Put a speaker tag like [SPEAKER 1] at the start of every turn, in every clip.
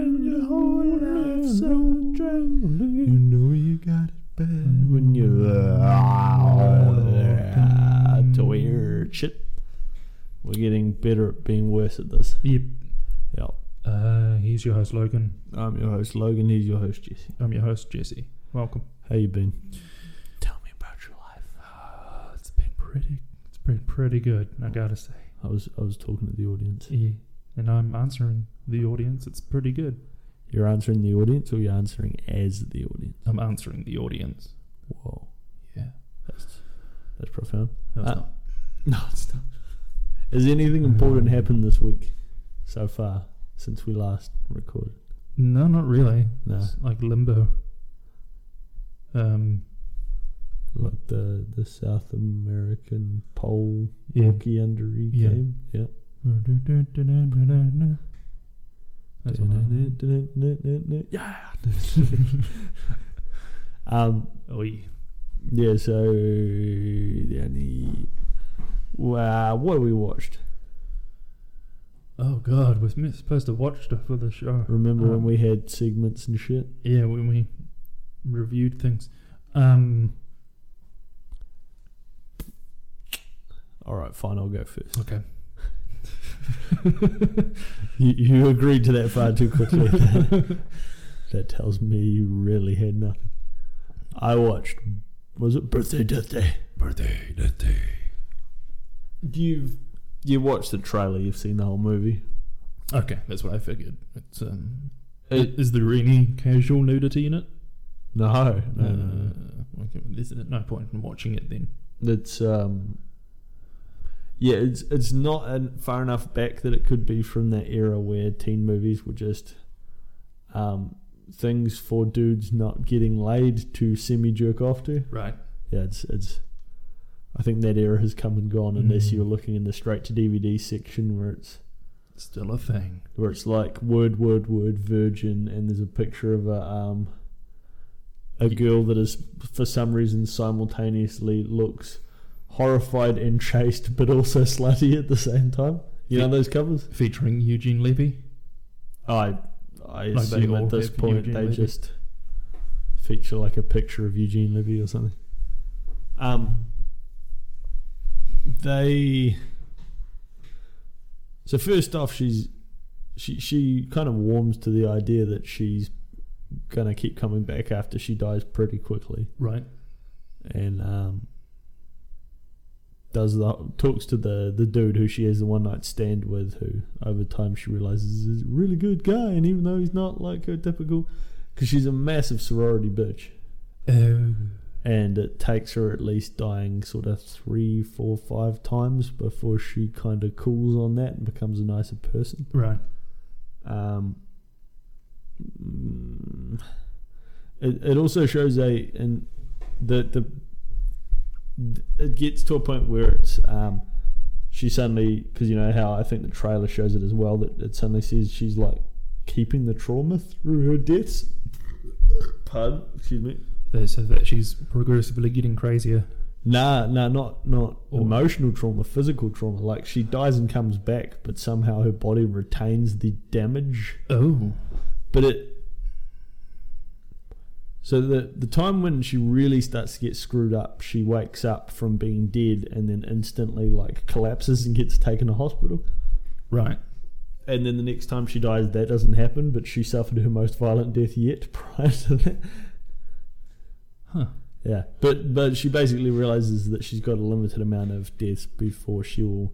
[SPEAKER 1] your whole life so You know you got it bad when you lie Ah, to weird shit. We're getting better at being worse at this.
[SPEAKER 2] Yep.
[SPEAKER 1] Yep.
[SPEAKER 2] Uh, he's your host, Logan.
[SPEAKER 1] I'm your host Logan. He's your host Jesse.
[SPEAKER 2] I'm your host, Jesse. Welcome.
[SPEAKER 1] How you been? Tell me about your life.
[SPEAKER 2] Ah, It's been pretty. It's been pretty good. I gotta say.
[SPEAKER 1] I was I was talking to the audience.
[SPEAKER 2] Yeah. And I'm answering the audience. It's pretty good.
[SPEAKER 1] You're answering the audience, or you're answering as the audience.
[SPEAKER 2] I'm answering the audience.
[SPEAKER 1] Whoa,
[SPEAKER 2] Yeah.
[SPEAKER 1] that's that's profound.
[SPEAKER 2] No, it's
[SPEAKER 1] Uh,
[SPEAKER 2] not.
[SPEAKER 1] No, it's not. Uh, Has anything important happened this week so far since we last recorded?
[SPEAKER 2] No, not really.
[SPEAKER 1] No.
[SPEAKER 2] It's like limbo. Um.
[SPEAKER 1] Like the the South American pole
[SPEAKER 2] Yeah.
[SPEAKER 1] hockey undery
[SPEAKER 2] Yeah.
[SPEAKER 1] game. Yeah.
[SPEAKER 2] That's what I.
[SPEAKER 1] Yeah. um.
[SPEAKER 2] Oi.
[SPEAKER 1] Yeah. So the only. Wow. What have we watched?
[SPEAKER 2] Oh God, we're sm- supposed to watch stuff for the show.
[SPEAKER 1] Remember when
[SPEAKER 2] Um,
[SPEAKER 1] we had segments and shit?
[SPEAKER 2] Yeah, when we reviewed things. Um.
[SPEAKER 1] All right, fine. I'll go first.
[SPEAKER 2] Okay.
[SPEAKER 1] You, you agreed to that far too quickly. that, tells me you really had nothing. I watched. Was it birthday death day?
[SPEAKER 2] Birthday, that day.
[SPEAKER 1] You've you watched the trailer. You've seen the whole movie.
[SPEAKER 2] Okay, that's what I figured. It's um. i- Is there any casual nudity in it?
[SPEAKER 1] No, no, no.
[SPEAKER 2] Uh, okay, well, there's no point in watching it then.
[SPEAKER 1] no. It's um. Yeah, it's it's not an, far enough back that it could be from that era where teen movies were just, um, things for dudes not getting laid to semi jerk off to.
[SPEAKER 2] Right.
[SPEAKER 1] yeah, it's it's. I think that era has come and gone unless
[SPEAKER 2] Mm.
[SPEAKER 1] you're looking in the straight to DVD section where it's
[SPEAKER 2] Still a thing.
[SPEAKER 1] where it's like word word word virgin and there's a picture of a um a
[SPEAKER 2] Ye-
[SPEAKER 1] girl that is for some reason simultaneously looks horrified and chaste but also slutty at the same time. You know
[SPEAKER 2] Ye-
[SPEAKER 1] those covers?
[SPEAKER 2] Featuring Eugene Levy.
[SPEAKER 1] I I
[SPEAKER 2] Like they
[SPEAKER 1] assume
[SPEAKER 2] all
[SPEAKER 1] at this
[SPEAKER 2] have
[SPEAKER 1] point
[SPEAKER 2] Eugene
[SPEAKER 1] they
[SPEAKER 2] Levy.
[SPEAKER 1] just feature like a picture of Eugene Levy or something. Um, they so first off, she's she she kind of warms to the idea that she's gonna keep coming back after she dies pretty quickly,
[SPEAKER 2] Right.
[SPEAKER 1] and um. Does the talks to the the dude who she has the one night stand with, who over time she realizes is a really good guy, and even though he's not like her typical, because she's a massive sorority bitch
[SPEAKER 2] Oh.
[SPEAKER 1] and it takes her at least dying sort of three, four, five times before she kind of cools on that and becomes a nicer person.
[SPEAKER 2] Right.
[SPEAKER 1] Um, mm, it, it also shows a and the the it gets to a point where it's um, she suddenly because you know how I think the trailer shows it as well that it suddenly says she's like keeping the trauma through her deaths. Pardon, excuse me.
[SPEAKER 2] They said that she's progressively getting crazier.
[SPEAKER 1] Nah, nah, not not
[SPEAKER 2] Or-
[SPEAKER 1] emotional trauma, physical trauma. Like she dies and comes back, but somehow her body retains the damage.
[SPEAKER 2] Oh.
[SPEAKER 1] But it. So the the time when she really starts to get screwed up, she wakes up from being dead and then instantly like collapses and gets taken to hospital.
[SPEAKER 2] Right.
[SPEAKER 1] And then the next time she dies, that doesn't happen. But she suffered her most violent death yet prior to that.
[SPEAKER 2] Huh.
[SPEAKER 1] Yeah, but but she basically realizes that she's got a limited amount of deaths before she will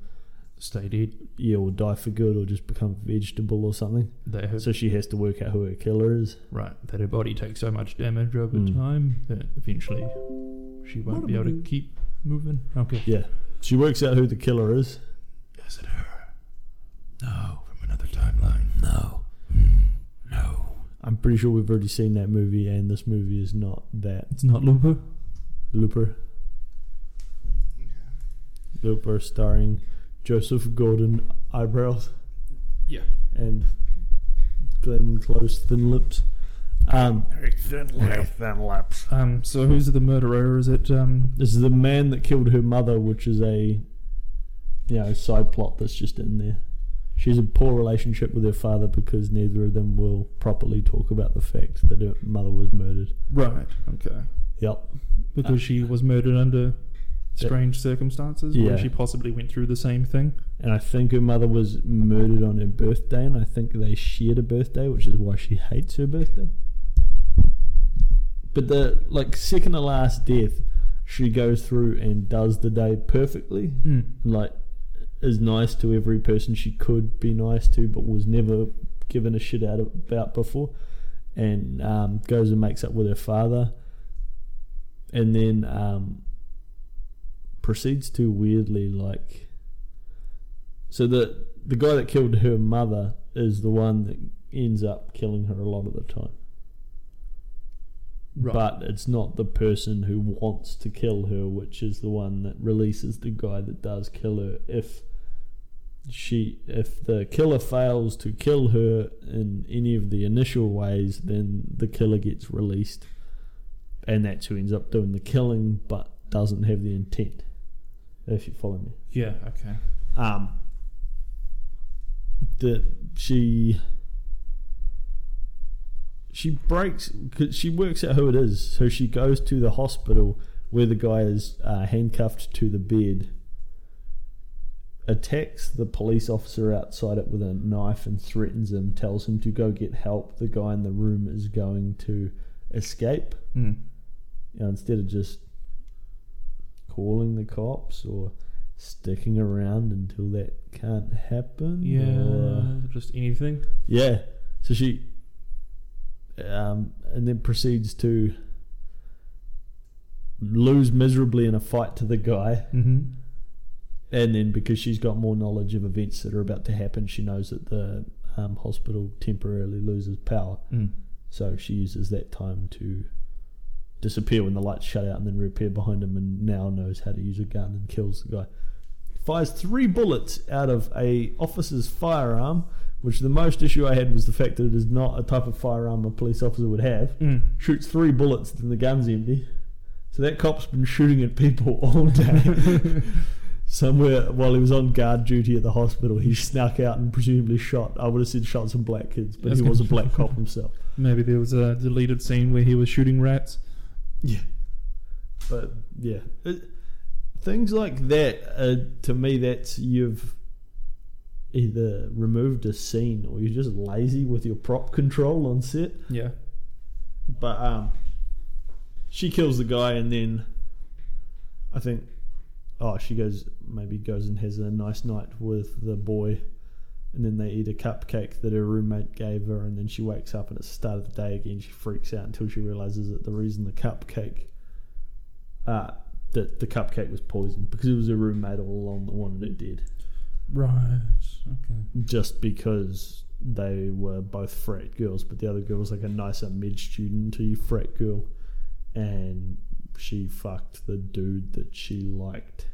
[SPEAKER 2] Stay dead.
[SPEAKER 1] yeah, or die for good, or just become a vegetable or something.
[SPEAKER 2] They have,
[SPEAKER 1] So she has to work out who her killer is.
[SPEAKER 2] right. That her body takes so much damage over
[SPEAKER 1] Mm.
[SPEAKER 2] time that eventually she won't be able to keep moving. Okay.
[SPEAKER 1] Yeah, she works out who the killer is.
[SPEAKER 2] Is it her? No, from another timeline. Hmm.
[SPEAKER 1] No,
[SPEAKER 2] No.
[SPEAKER 1] I'm pretty sure we've already seen that movie, and this movie is not that.
[SPEAKER 2] It's not Looper.
[SPEAKER 1] Looper, Looper, starring Joseph Gordon eyebrows.
[SPEAKER 2] Yeah.
[SPEAKER 1] and Glenn Close thin lips. Um,
[SPEAKER 2] Um. So who's the murderer? Is it um?
[SPEAKER 1] this is the man that killed her mother, which is a you know side plot that's just in there. She's a poor relationship with her father because neither of them will properly talk about the fact that her mother was murdered.
[SPEAKER 2] Right. Okay.
[SPEAKER 1] Yep.
[SPEAKER 2] Because she was murdered under strange circumstances,
[SPEAKER 1] Yeah.
[SPEAKER 2] where she possibly went through the same thing.
[SPEAKER 1] And I think her mother was murdered on her birthday, and I think they shared a birthday, which is why she hates her birthday. But the like second to last death, she goes through and does the day perfectly. Like is nice to every person she could be nice to, but was never given a shit out about before. And um, goes and makes up with her father, and then um, proceeds to weirdly like. So the the guy that killed her mother is the one that ends up killing her a lot of the time.
[SPEAKER 2] Right.
[SPEAKER 1] But it's not the person who wants to kill her, which is the one that releases the guy that does kill her. If she, if the killer fails to kill her in any of the initial ways, then the killer gets released, and that's who ends up doing the killing, but doesn't have the intent. If you follow me
[SPEAKER 2] yeah. Okay.
[SPEAKER 1] um, that she she breaks 'cause she works out who it is so she goes to the hospital where the guy is uh, handcuffed to the bed attacks the police officer outside it with a knife and threatens him tells him to go get help the guy in the room is going to escape
[SPEAKER 2] Mm.
[SPEAKER 1] you know, instead of just calling the cops or sticking around until that can't happen. or- uh,
[SPEAKER 2] Yeah. Just anything.
[SPEAKER 1] yeah. So she, um, and then proceeds to lose miserably in a fight to the guy.
[SPEAKER 2] Mm-hmm.
[SPEAKER 1] And then because she's got more knowledge of events that are about to happen, she knows that the um, hospital temporarily loses power.
[SPEAKER 2] Mm.
[SPEAKER 1] So she uses that time to disappear when the lights shut out and then reappear behind him and now knows how to use a gun and kills the guy. Fires three bullets out of a officer's firearm, which the most issue I had was the fact that it is not a type of firearm a police officer would have.
[SPEAKER 2] Mm.
[SPEAKER 1] Shoots three bullets and the gun's empty. So that cop's been shooting at people all day. Somewhere while he was on guard duty at the hospital, he snuck out and presumably shot. I would have said shot some black kids, but he
[SPEAKER 2] Okay.
[SPEAKER 1] was a black cop himself.
[SPEAKER 2] Maybe there was a deleted scene where he was shooting rats.
[SPEAKER 1] Yeah. But yeah, it, things like that. Uh, to me, that's you've either removed a scene or you're just lazy with your prop control on set.
[SPEAKER 2] Yeah.
[SPEAKER 1] But um, she kills the guy, and then I think, oh, she goes maybe goes and has a nice night with the boy, and then they eat a cupcake that her roommate gave her, and then she wakes up and it's the start of the day again. She freaks out until she realizes that the reason the cupcake, uh, that the cupcake was poisoned because it was her roommate all along that wanted it dead,
[SPEAKER 2] Right. Okay.
[SPEAKER 1] just because. They were both frat girls, but the other girl was like a nicer med student to you frat girl and she fucked the dude that she liked.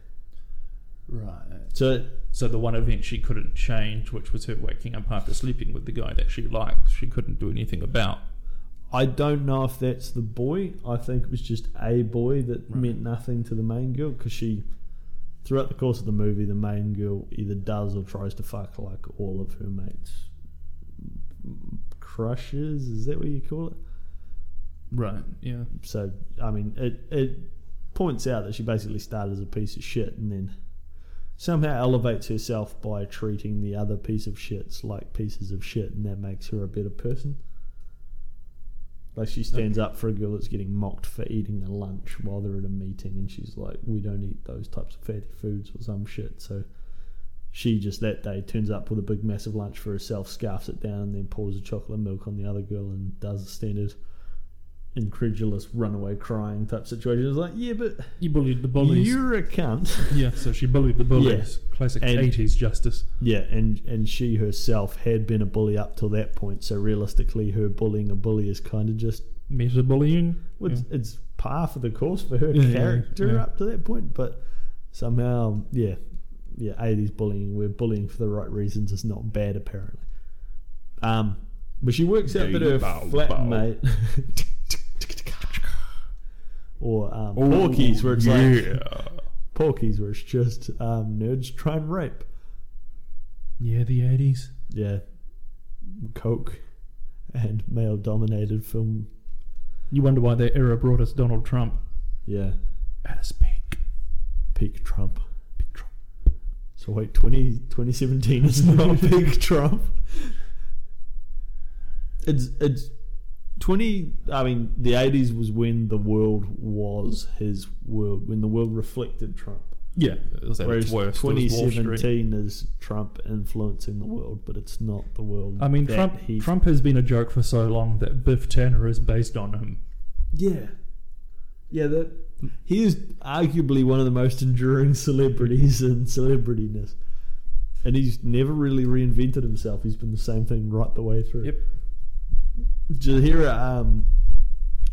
[SPEAKER 2] Right.
[SPEAKER 1] So
[SPEAKER 2] So the one event she couldn't change, which was her waking up after sleeping with the guy that she liked, she couldn't do anything about.
[SPEAKER 1] I don't know if that's the boy. I think it was just a boy that meant nothing to the main girl because she, throughout the course of the movie, the main girl either does or tries to fuck like all of her mates. Crushes, is that what you call it?
[SPEAKER 2] Right. Yeah.
[SPEAKER 1] So I mean, it it points out that she basically started as a piece of shit and then somehow elevates herself by treating the other piece of shits like pieces of shit, and that makes her a better person. Like she stands up for a girl that's getting mocked for eating a lunch while they're at a meeting, and she's like, "We don't eat those types of fatty foods or some shit." So she just that day turns up with a big massive lunch for herself, scarfs it down, and then pours the chocolate milk on the other girl and does the standard incredulous runaway crying type situation. It's like, yeah, but
[SPEAKER 2] You bullied the bullies.
[SPEAKER 1] you're a cunt.
[SPEAKER 2] Yeah. So she bullied the bullies. Classic
[SPEAKER 1] And-
[SPEAKER 2] eighties justice.
[SPEAKER 1] Yeah, and and she herself had been a bully up till that point. So realistically, her bullying a bully is kind of just
[SPEAKER 2] Meta bullying.
[SPEAKER 1] well, it's, it's par for the course for her
[SPEAKER 2] Yeah, yeah,
[SPEAKER 1] character
[SPEAKER 2] yeah.
[SPEAKER 1] up to that point. But somehow, yeah, yeah, eighties bullying where bullying for the right reasons is not bad apparently. Um, but she works out that her
[SPEAKER 2] Bow, bow.
[SPEAKER 1] flatmate or um, Porky's, where it's like Porky's, where it's just um, nerds try and rape.
[SPEAKER 2] Yeah, the 80s.
[SPEAKER 1] Yeah, coke and male-dominated film.
[SPEAKER 2] You wonder why that era brought us Donald Trump
[SPEAKER 1] Yeah,
[SPEAKER 2] at his peak.
[SPEAKER 1] peak Trump.
[SPEAKER 2] Peak Trump.
[SPEAKER 1] So wait, 20, 2017 is not peak Trump. It's it's twenty. I mean, the eighties was when the world was his world. When the world reflected Trump.
[SPEAKER 2] Yeah, it was at
[SPEAKER 1] Whereas
[SPEAKER 2] its worst. It
[SPEAKER 1] twenty
[SPEAKER 2] was Wall Street.
[SPEAKER 1] seventeen is Trump influencing the world, but it's not the world.
[SPEAKER 2] I mean,
[SPEAKER 1] that
[SPEAKER 2] Trump,
[SPEAKER 1] he-
[SPEAKER 2] Trump has been a joke for so long that Biff Tanner is based on him.
[SPEAKER 1] Yeah, yeah. That he is arguably one of the most enduring celebrities in celebrityness, and he's never really reinvented himself. He's been the same thing right the way through.
[SPEAKER 2] Yep.
[SPEAKER 1] Did you hear um,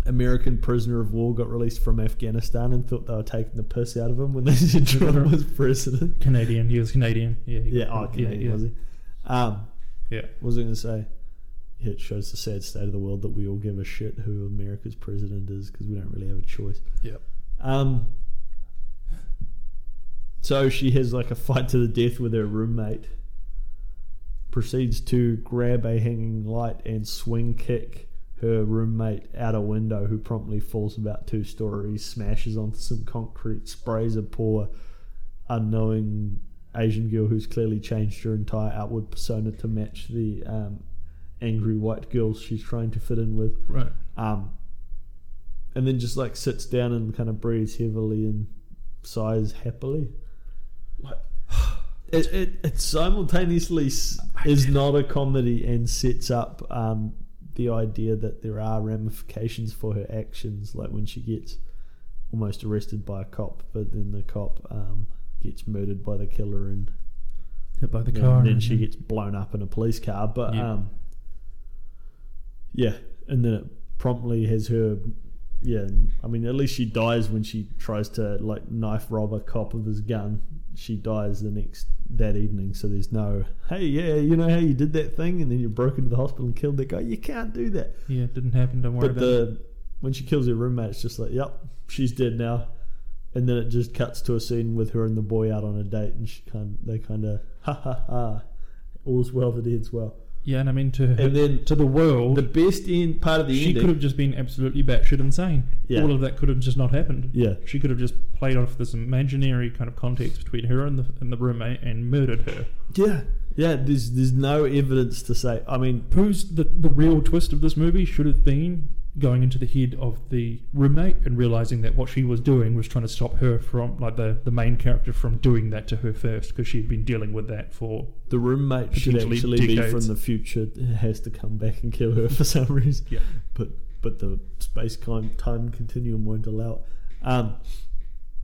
[SPEAKER 1] American prisoner of war got released from Afghanistan and thought they were taking the piss out of him when they said Trump was president?
[SPEAKER 2] Canadian. He was Canadian. Yeah. he-
[SPEAKER 1] Yeah, oh, Canadian,
[SPEAKER 2] yeah,
[SPEAKER 1] was he? Um,
[SPEAKER 2] Yeah.
[SPEAKER 1] what was I going to say? Yeah, it shows the sad state of the world that we all give a shit who America's president is because we don't really have a choice.
[SPEAKER 2] Yep.
[SPEAKER 1] Um, so she has like a fight to the death with her roommate. Proceeds to grab a hanging light and swing kick her roommate out a window, who promptly falls about two stories, smashes onto some concrete, sprays a poor, unknowing Asian girl who's clearly changed her entire outward persona to match the um, angry white girls she's trying to fit in with
[SPEAKER 2] Right.
[SPEAKER 1] um, and then just like sits down and kind of breathes heavily and sighs happily. Like, it, it, it simultaneously s- is not a comedy and sets up um, the idea that there are ramifications for her actions, like when she gets almost arrested by a cop, but then the cop um, gets murdered by the killer and
[SPEAKER 2] Hit by the
[SPEAKER 1] and
[SPEAKER 2] car.
[SPEAKER 1] then she gets blown up in a police car. But
[SPEAKER 2] Yeah.
[SPEAKER 1] um, yeah, and then it promptly has her. Yeah, I mean, at least she dies when she tries to like knife rob a cop of his gun. She dies the next that evening, so there's no hey, yeah, you know how you did that thing, and then you broke into the hospital and killed that guy. You can't do that.
[SPEAKER 2] Yeah, it didn't happen. Don't worry
[SPEAKER 1] But
[SPEAKER 2] about it.
[SPEAKER 1] the when she kills her roommate, it's just like, yep, she's dead now. And then it just cuts to a scene with her and the boy out on a date, and she kind they kind of ha ha ha, all's well that ends well.
[SPEAKER 2] Yeah, and I mean to her,
[SPEAKER 1] And then
[SPEAKER 2] to the world,
[SPEAKER 1] the best end part of the
[SPEAKER 2] she
[SPEAKER 1] ending,
[SPEAKER 2] could have just been absolutely batshit insane.
[SPEAKER 1] Yeah.
[SPEAKER 2] All of that could have just not happened.
[SPEAKER 1] yeah,
[SPEAKER 2] She could have just played off this imaginary kind of context between her and the and the roommate and murdered her.
[SPEAKER 1] yeah, yeah. There's there's no evidence to say. I mean,
[SPEAKER 2] Proves the the real twist of this movie should have been going into the head of the roommate and realizing that what she was doing was trying to stop her from like the the main character from doing that to her first because she had been dealing with that for
[SPEAKER 1] the roommate should
[SPEAKER 2] Potentially
[SPEAKER 1] actually be
[SPEAKER 2] decades.
[SPEAKER 1] from the future. It has to come back and kill her for some reason.
[SPEAKER 2] Yeah.
[SPEAKER 1] But but the space time time continuum won't allow it. Um,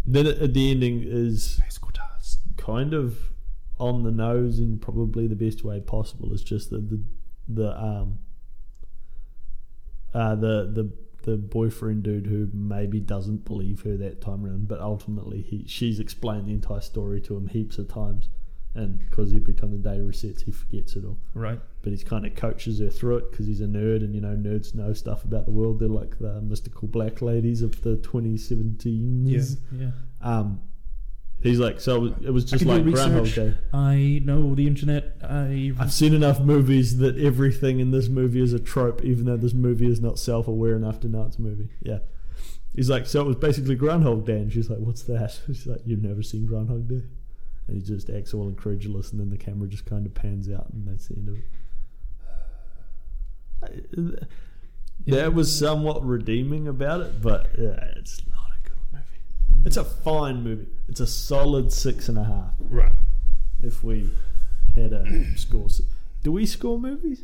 [SPEAKER 1] then at at the ending is kind of on the nose in probably the best way possible. It's just that the the um uh the the the boyfriend dude who maybe doesn't believe her that time around, but ultimately he she's explained the entire story to him heaps of times, and because every time the day resets, he forgets it all.
[SPEAKER 2] right
[SPEAKER 1] But he's kind of coaches her through it because he's a nerd, and you know nerds know stuff about the world. They're like the mystical black ladies of the 2017s.
[SPEAKER 2] yeah yeah
[SPEAKER 1] Um, he's like, so it was just
[SPEAKER 2] I can
[SPEAKER 1] like
[SPEAKER 2] do
[SPEAKER 1] Groundhog
[SPEAKER 2] research.
[SPEAKER 1] Day.
[SPEAKER 2] I know the internet. I
[SPEAKER 1] I've seen enough movies that everything in this movie is a trope, even though this movie is not self-aware enough to know it's a movie. Yeah. He's like, so it was basically Groundhog Day, and she's like, what's that? She's like, you've never seen Groundhog Day, and he just acts all incredulous, and then the camera just kind of pans out, and that's the end of it. I- That was somewhat redeeming about it, but yeah, it's not a good movie. It's a fine movie. It's a solid six and a half
[SPEAKER 2] right.
[SPEAKER 1] if we had a score. s- Do we score movies?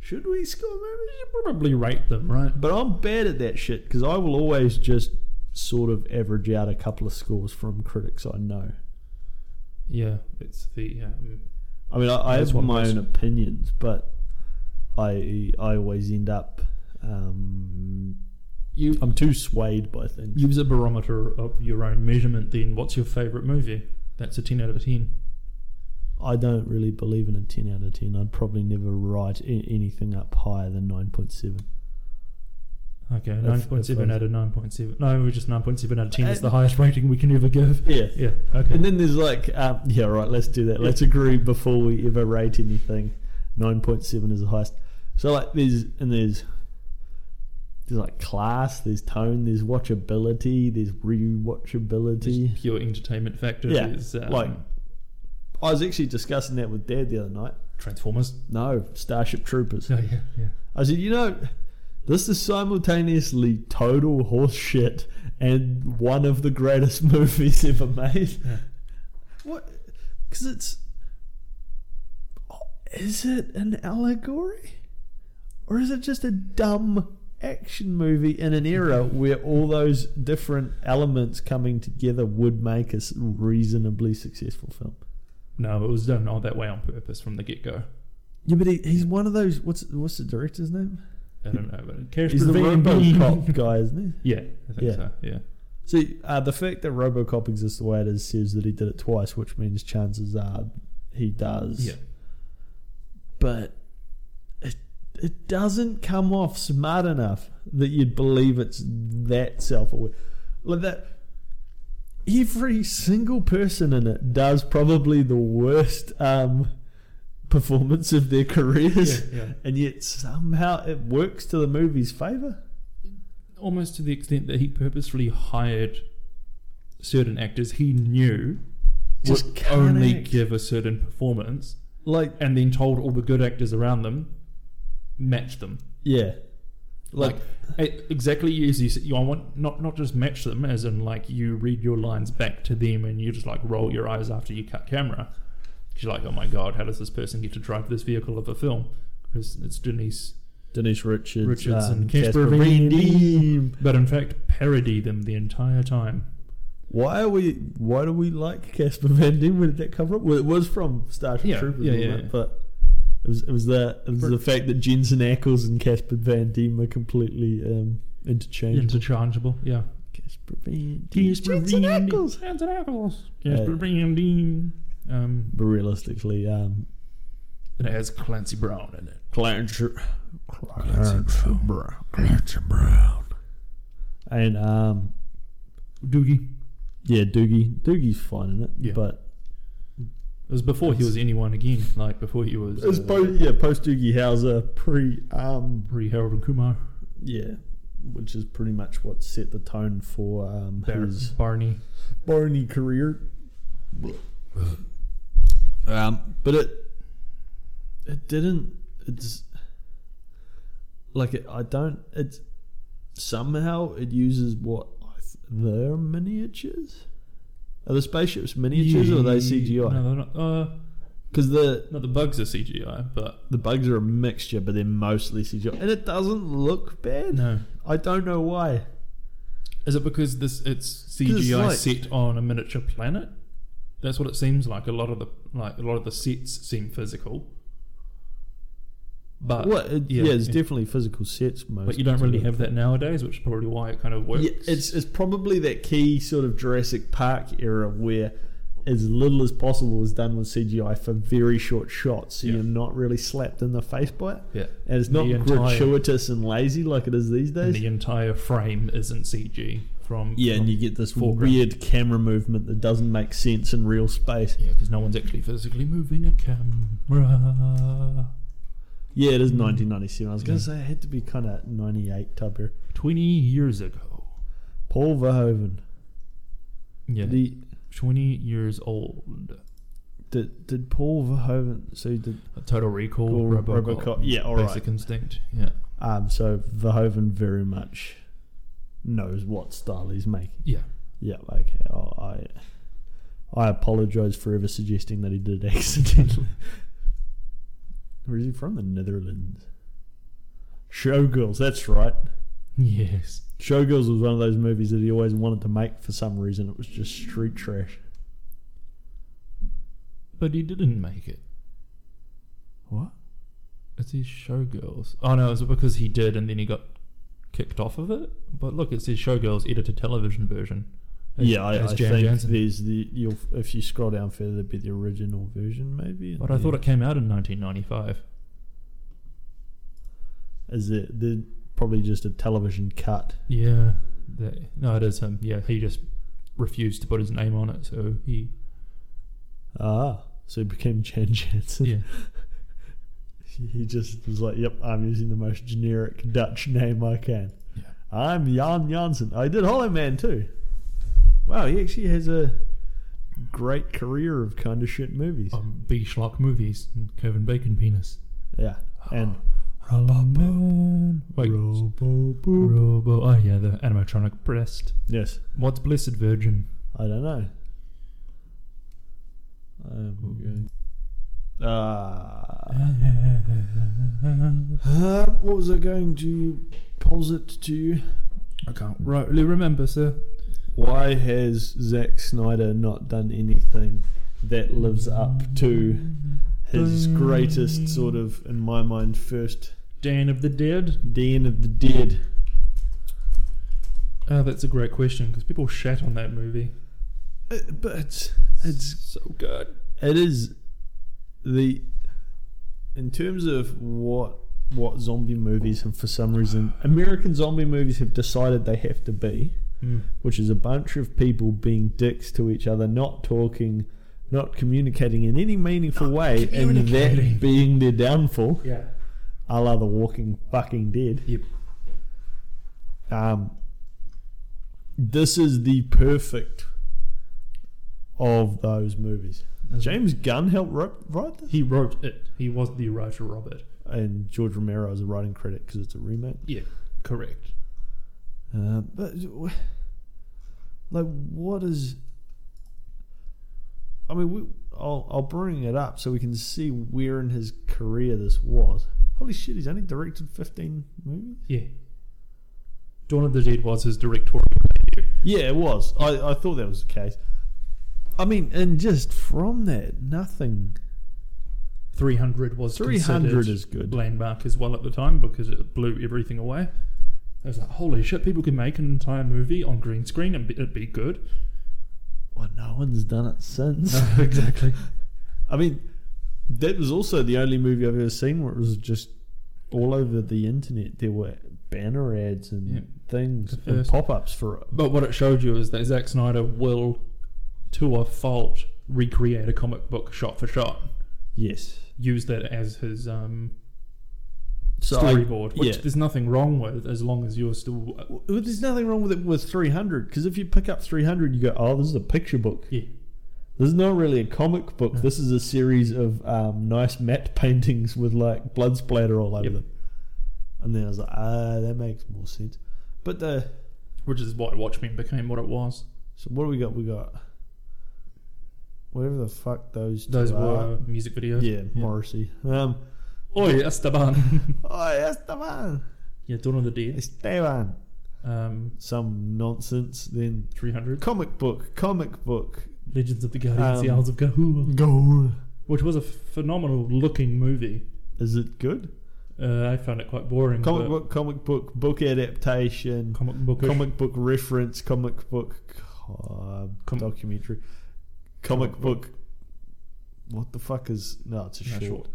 [SPEAKER 1] Should we score movies?
[SPEAKER 2] You probably rate them right.
[SPEAKER 1] But I'm bad at that shit because I will always just sort of average out a couple of scores from critics I know.
[SPEAKER 2] Yeah, it's the um,
[SPEAKER 1] I mean, I, I
[SPEAKER 2] That's
[SPEAKER 1] have
[SPEAKER 2] one
[SPEAKER 1] my
[SPEAKER 2] person.
[SPEAKER 1] own opinions, but I I always end up. Um,
[SPEAKER 2] you
[SPEAKER 1] I'm too swayed by things.
[SPEAKER 2] use a barometer of your own measurement. Then, what's your favorite movie? That's a ten out of ten.
[SPEAKER 1] I don't really believe in a 10 out of 10. I'd probably never write a- anything up higher than 9.7.
[SPEAKER 2] Okay, nine
[SPEAKER 1] If-
[SPEAKER 2] point seven
[SPEAKER 1] if I-
[SPEAKER 2] out of nine point seven. No, we're just nine point seven out of ten. It's
[SPEAKER 1] Uh,
[SPEAKER 2] the highest rating we can ever give.
[SPEAKER 1] Yeah.
[SPEAKER 2] Yeah. Okay.
[SPEAKER 1] And then there's like, um, yeah, right, let's do that. Let's agree before we ever rate anything. 9.7 is the highest. So, like, there's, and there's, there's like class, there's tone, there's watchability, there's rewatchability.
[SPEAKER 2] There's pure entertainment factor.
[SPEAKER 1] Yeah,
[SPEAKER 2] There's, um,
[SPEAKER 1] like- I was actually discussing that with Dad the other night.
[SPEAKER 2] Transformers.
[SPEAKER 1] No, Starship Troopers.
[SPEAKER 2] Oh yeah, yeah.
[SPEAKER 1] I said, you know, this is simultaneously total horse shit and one of the greatest movies ever made.
[SPEAKER 2] Yeah.
[SPEAKER 1] What? Because it's. Is it an allegory? Or is it just a dumb action movie in an era where all those different elements coming together would make a s- reasonably successful film?
[SPEAKER 2] No, it was done all that way on purpose from the get go.
[SPEAKER 1] Yeah, but he, he's one of those. What's what's the director's name?
[SPEAKER 2] I don't know, but it cares
[SPEAKER 1] He's the RoboCop guy, isn't he?
[SPEAKER 2] Yeah, I think
[SPEAKER 1] Yeah.
[SPEAKER 2] so. Yeah.
[SPEAKER 1] See, uh, the fact that RoboCop exists the way it is says that he did it twice, which means chances are he does.
[SPEAKER 2] Yeah.
[SPEAKER 1] But it it doesn't come off smart enough that you'd believe it's that self-aware. Like that. Every single person in it does probably the worst um, performance of their
[SPEAKER 2] yeah,
[SPEAKER 1] careers,
[SPEAKER 2] yeah.
[SPEAKER 1] and yet somehow it works to the movie's favor.
[SPEAKER 2] Almost to the extent that he purposefully hired certain actors he knew
[SPEAKER 1] Just
[SPEAKER 2] would
[SPEAKER 1] can't
[SPEAKER 2] only
[SPEAKER 1] act.
[SPEAKER 2] give a certain performance,
[SPEAKER 1] Like,
[SPEAKER 2] and then told all the good actors around them match them.
[SPEAKER 1] yeah,
[SPEAKER 2] like e- exactly as you said you I want not not just match them as in like you read your lines back to them and you just like roll your eyes after you cut camera 'Cause you're like oh my god how does this person get to drive this vehicle of a film because it's Denise
[SPEAKER 1] Denise Richards,
[SPEAKER 2] Richards
[SPEAKER 1] um,
[SPEAKER 2] and Casper Van Diem. but in fact parody them the entire time
[SPEAKER 1] Why are we? Why do we like Casper Van Diem? Where did that come from? Well, it was from Starship
[SPEAKER 2] Yeah,
[SPEAKER 1] Troopers,
[SPEAKER 2] yeah,
[SPEAKER 1] wasn't
[SPEAKER 2] yeah,
[SPEAKER 1] it?
[SPEAKER 2] yeah.
[SPEAKER 1] but it was it was the it was the fact that Jensen Ackles and Casper Van Diem are completely um, interchangeable.
[SPEAKER 2] interchangeable yeah
[SPEAKER 1] Casper Van Diem, Jensen
[SPEAKER 2] Van Diem.
[SPEAKER 1] Ackles.
[SPEAKER 2] Jensen Ackles Casper Van Diem. um
[SPEAKER 1] But realistically, um,
[SPEAKER 2] and it has Clancy Brown in it
[SPEAKER 1] Clarence
[SPEAKER 2] Clarence
[SPEAKER 1] Brown, Clarence Brown, and um,
[SPEAKER 2] Doogie
[SPEAKER 1] yeah, Doogie Doogie's fine in it,
[SPEAKER 2] Yeah.
[SPEAKER 1] but
[SPEAKER 2] it was before he was anyone again like before he was
[SPEAKER 1] it's
[SPEAKER 2] uh,
[SPEAKER 1] post yeah post Doogie Howser pre um
[SPEAKER 2] pre Harold and Kumar
[SPEAKER 1] Yeah, which is pretty much what set the tone for um,
[SPEAKER 2] Bar-
[SPEAKER 1] his
[SPEAKER 2] Barney
[SPEAKER 1] Barney career. Um, but it it didn't. It's like it, I don't. It's somehow it uses what I th- their miniatures. Are the spaceships miniatures or are they
[SPEAKER 2] No,
[SPEAKER 1] CGI?
[SPEAKER 2] they're not. Uh,
[SPEAKER 1] Because the
[SPEAKER 2] no, the bugs are CGI, but
[SPEAKER 1] the bugs are a mixture, but they're mostly CGI, and it doesn't look bad.
[SPEAKER 2] no.
[SPEAKER 1] I don't know why.
[SPEAKER 2] Is it because this it's
[SPEAKER 1] 'Cause it's
[SPEAKER 2] CGI
[SPEAKER 1] like-
[SPEAKER 2] set on a miniature planet? That's what it seems like. A lot of the like a lot of the sets seem physical, but
[SPEAKER 1] Well, it, yeah, it's
[SPEAKER 2] yeah.
[SPEAKER 1] definitely physical sets. Most
[SPEAKER 2] but you don't
[SPEAKER 1] of
[SPEAKER 2] really
[SPEAKER 1] it.
[SPEAKER 2] have that nowadays, which is probably why it kind of works.
[SPEAKER 1] Yeah, it's it's probably that key sort of Jurassic Park era where as little as possible is done with CGI for very short shots, so
[SPEAKER 2] Yeah.
[SPEAKER 1] you're not really slapped in the face by it,
[SPEAKER 2] yeah.
[SPEAKER 1] and it's not
[SPEAKER 2] The entire-
[SPEAKER 1] gratuitous and lazy like it is these
[SPEAKER 2] And
[SPEAKER 1] days.
[SPEAKER 2] the entire frame isn't CG from
[SPEAKER 1] yeah,
[SPEAKER 2] from-
[SPEAKER 1] and you get this
[SPEAKER 2] foreground.
[SPEAKER 1] weird camera movement that doesn't make sense in real space.
[SPEAKER 2] yeah because no one's actually physically moving a camera.
[SPEAKER 1] Yeah, it is 1997. I was going
[SPEAKER 2] Yeah.
[SPEAKER 1] to say it had to be kind of 98 type era.
[SPEAKER 2] Twenty years ago.
[SPEAKER 1] Paul Verhoeven.
[SPEAKER 2] Yeah.
[SPEAKER 1] Did, he,
[SPEAKER 2] 20 years old.
[SPEAKER 1] did did Paul Verhoeven? So did
[SPEAKER 2] Total Recall,
[SPEAKER 1] Cool,
[SPEAKER 2] Robocop,
[SPEAKER 1] Robocop. Yeah, all
[SPEAKER 2] Basic
[SPEAKER 1] right.
[SPEAKER 2] Instinct. Yeah,
[SPEAKER 1] Um, so Verhoeven very much knows what style he's making.
[SPEAKER 2] yeah.
[SPEAKER 1] Yeah, okay. Oh, I I apologise for ever suggesting that he did it accidentally. Where is he from? The Netherlands. Showgirls, that's right.
[SPEAKER 2] Yes.
[SPEAKER 1] Showgirls was one of those movies that he always wanted to make for some reason. It was just street trash.
[SPEAKER 2] But he didn't make it.
[SPEAKER 1] What?
[SPEAKER 2] It says Showgirls. Oh no, is it because he did and then he got kicked off of it? But look, it says Showgirls edited television version. As-
[SPEAKER 1] yeah, I, I
[SPEAKER 2] as
[SPEAKER 1] think
[SPEAKER 2] Jan Jansen.
[SPEAKER 1] there's the you'll, if you scroll down further, there'd be the original version, maybe.
[SPEAKER 2] But I thought it came out in 1995.
[SPEAKER 1] is it the probably just a television cut.
[SPEAKER 2] Yeah. The, no, it is him. Yeah, he just refused to put his name on it, so he.
[SPEAKER 1] Ah, so he became Jan Jansen.
[SPEAKER 2] Yeah.
[SPEAKER 1] He just was like, "Yep, I'm using the most generic Dutch name I can.
[SPEAKER 2] Yeah.
[SPEAKER 1] I'm Jan Jansen. I did Hollow Man too. Wow, he actually has a great career of kind of shit movies.
[SPEAKER 2] Um, B. Schlock movies and Kevin Bacon penis.
[SPEAKER 1] Yeah, and
[SPEAKER 2] Hello, man. Wait.
[SPEAKER 1] Robo-Boo.
[SPEAKER 2] Robo. Oh, yeah, the animatronic breast.
[SPEAKER 1] Yes,
[SPEAKER 2] What's Blessed Virgin?
[SPEAKER 1] I don't know. I'm going. Ah.
[SPEAKER 2] I
[SPEAKER 1] Uh, what was I going to pose it to you?
[SPEAKER 2] can't rightly remember, sir.
[SPEAKER 1] Why has Zack Snyder not done anything that lives up to his greatest sort of, in my mind, first
[SPEAKER 2] Dan of the Dead?
[SPEAKER 1] Den of the Dead?
[SPEAKER 2] Oh, that's a great question because people shat on that movie.
[SPEAKER 1] Uh, but it's, it's
[SPEAKER 2] so good.
[SPEAKER 1] it is the in terms of what what zombie movies have for some reason American zombie movies have decided they have to be,
[SPEAKER 2] Mm.
[SPEAKER 1] which is a bunch of people being dicks to each other, not talking, not communicating in any meaningful way, and
[SPEAKER 2] communicating.
[SPEAKER 1] that being their downfall.
[SPEAKER 2] Yeah.
[SPEAKER 1] I love the Walking Fucking Dead.
[SPEAKER 2] Yep.
[SPEAKER 1] Um, this is the perfect of those movies. James Gunn helped write, write this?
[SPEAKER 2] He wrote it. He was the writer of it.
[SPEAKER 1] and George Romero is a writing credit because it's a remake.
[SPEAKER 2] Yeah, correct.
[SPEAKER 1] Uh, but w- like, what is? I mean, we, I'll I'll bring it up so we can see where in his career this was. Holy shit, he's only directed fifteen movies.
[SPEAKER 2] Yeah. Dawn of the Dead was his directorial debut.
[SPEAKER 1] Yeah, it was. I I thought that was the case. I mean, and just from that, nothing.
[SPEAKER 2] 300 was
[SPEAKER 1] 300
[SPEAKER 2] considered
[SPEAKER 1] is good.
[SPEAKER 2] landmark as well at the time because it blew everything away. I was like, holy shit, people can make an entire movie on green screen and be- it'd be good.
[SPEAKER 1] Well, no one's done it since.
[SPEAKER 2] exactly.
[SPEAKER 1] I mean, that was also the only movie I've ever seen where it was just all over the internet. There were banner ads and
[SPEAKER 2] Yeah.
[SPEAKER 1] things
[SPEAKER 2] The
[SPEAKER 1] and
[SPEAKER 2] first-
[SPEAKER 1] pop ups for it.
[SPEAKER 2] But what it showed you is that Zack Snyder will, to a fault, recreate a comic book shot for shot.
[SPEAKER 1] Yes.
[SPEAKER 2] Use that as his um,
[SPEAKER 1] So I-
[SPEAKER 2] storyboard, which
[SPEAKER 1] yeah.
[SPEAKER 2] there's nothing wrong with as long as you're still.
[SPEAKER 1] Well, There's nothing wrong with it with 300 because if you pick up 300, you go, oh, this is a picture book.
[SPEAKER 2] yeah,
[SPEAKER 1] This is not really a comic book. This is a series of um, nice matte paintings with like blood splatter all over
[SPEAKER 2] Yep.
[SPEAKER 1] them. And then I was like, ah, that makes more sense. But the.
[SPEAKER 2] which is why Watchmen became what it was.
[SPEAKER 1] So what do we got? We got. Whatever the fuck those two
[SPEAKER 2] Those
[SPEAKER 1] are.
[SPEAKER 2] were uh, music videos.
[SPEAKER 1] Yeah, Morrissey. Um,
[SPEAKER 2] Oi, Esteban.
[SPEAKER 1] oh, Esteban.
[SPEAKER 2] yeah, Dawn of the Dead.
[SPEAKER 1] Esteban.
[SPEAKER 2] Um,
[SPEAKER 1] Some nonsense. Then
[SPEAKER 2] 300.
[SPEAKER 1] comic book, comic book.
[SPEAKER 2] Legends of the Guardians, The
[SPEAKER 1] Um,
[SPEAKER 2] Isles of Gahul.
[SPEAKER 1] Go.
[SPEAKER 2] Which was a phenomenal looking movie.
[SPEAKER 1] Is it good?
[SPEAKER 2] Uh, I found it quite boring.
[SPEAKER 1] Comic
[SPEAKER 2] but
[SPEAKER 1] book, comic book, book adaptation,
[SPEAKER 2] Comic book.
[SPEAKER 1] comic book reference, comic book uh,
[SPEAKER 2] Com-
[SPEAKER 1] documentary, comic,
[SPEAKER 2] Comic
[SPEAKER 1] book. What the fuok is? No, it's a
[SPEAKER 2] No,
[SPEAKER 1] short.
[SPEAKER 2] short.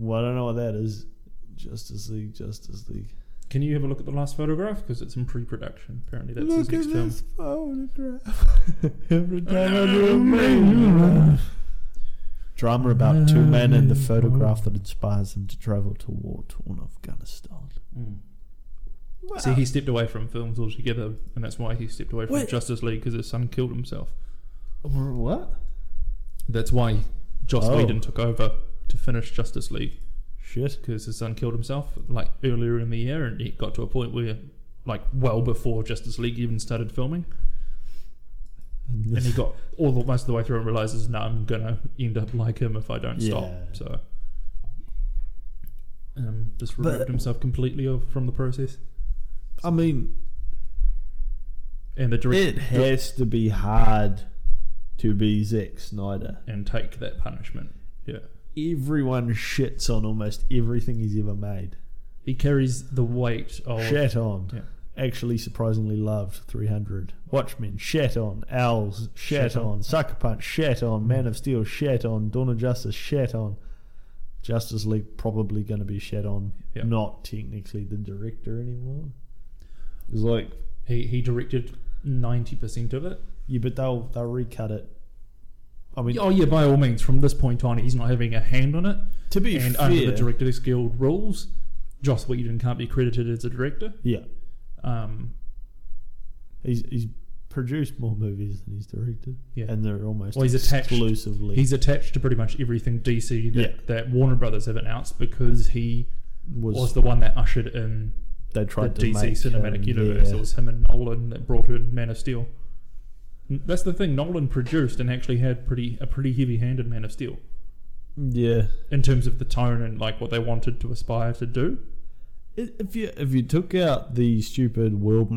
[SPEAKER 1] Well, I don't know what that is. Justice League, Justice League.
[SPEAKER 2] Can you have a look at the last photograph? Because it's in pre-production. Apparently, that's his next film.
[SPEAKER 1] photograph. Every time I do a man. Drama about two men and the photograph that inspires them to travel to war-torn Afghanistan.
[SPEAKER 2] Mm. See, he stepped away from films altogether, and that's why he stepped away from
[SPEAKER 1] Wait.
[SPEAKER 2] Justice League because his son killed himself.
[SPEAKER 1] what?
[SPEAKER 2] That's why Joss
[SPEAKER 1] Oh.
[SPEAKER 2] Whedon took over to finish Justice League
[SPEAKER 1] Shit.
[SPEAKER 2] because his son killed himself like earlier in the year, and it got to a point where, like, well before Justice League even started filming, and he got all the most of the way through and realizes, "No, I'm gonna end up like him if I don't
[SPEAKER 1] Yeah.
[SPEAKER 2] stop." So. Um, just
[SPEAKER 1] But-
[SPEAKER 2] removed himself completely of, from the process.
[SPEAKER 1] I mean,
[SPEAKER 2] and the
[SPEAKER 1] it
[SPEAKER 2] director
[SPEAKER 1] has to be hard to be Zack Snyder.
[SPEAKER 2] and take that punishment. Yeah,
[SPEAKER 1] Everyone shits on almost everything he's ever made.
[SPEAKER 2] he carries the weight of
[SPEAKER 1] Shat on.
[SPEAKER 2] Yeah.
[SPEAKER 1] Actually, surprisingly loved 300. Watchmen, shat on. Owls, shat
[SPEAKER 2] Shat on.
[SPEAKER 1] on. Sucker Punch, shat on. Man of Steel, shat on. Dawn of Justice, shat on. Justice League probably going to be shed on
[SPEAKER 2] Yeah.
[SPEAKER 1] not technically the director anymore. It's like
[SPEAKER 2] He he directed ninety percent of it.
[SPEAKER 1] yeah, but they'll they'll recut it. I mean,
[SPEAKER 2] Oh yeah, by all means, from this point on, he's not having a hand on it.
[SPEAKER 1] to be
[SPEAKER 2] and
[SPEAKER 1] fair,
[SPEAKER 2] under the Directors Guild rules, Joss Whedon can't be credited as a director.
[SPEAKER 1] yeah,
[SPEAKER 2] Um,
[SPEAKER 1] he's he's produced more movies than he's directed,
[SPEAKER 2] Yeah.
[SPEAKER 1] and they're almost
[SPEAKER 2] Well, he's attached.
[SPEAKER 1] exclusively
[SPEAKER 2] he's attached to pretty much everything DC that,
[SPEAKER 1] Yeah.
[SPEAKER 2] that Warner Brothers have announced because he
[SPEAKER 1] was,
[SPEAKER 2] was the one that ushered in
[SPEAKER 1] they
[SPEAKER 2] the
[SPEAKER 1] tried to
[SPEAKER 2] DC
[SPEAKER 1] make
[SPEAKER 2] cinematic
[SPEAKER 1] him,
[SPEAKER 2] universe.
[SPEAKER 1] yeah.
[SPEAKER 2] It was him and Nolan that brought in Man of Steel. N- That's the thing. Nolan produced and actually had pretty a pretty heavy-handed Man of Steel
[SPEAKER 1] yeah.
[SPEAKER 2] in terms of the tone and like what they wanted to aspire to do.
[SPEAKER 1] I- If you if you took out the stupid world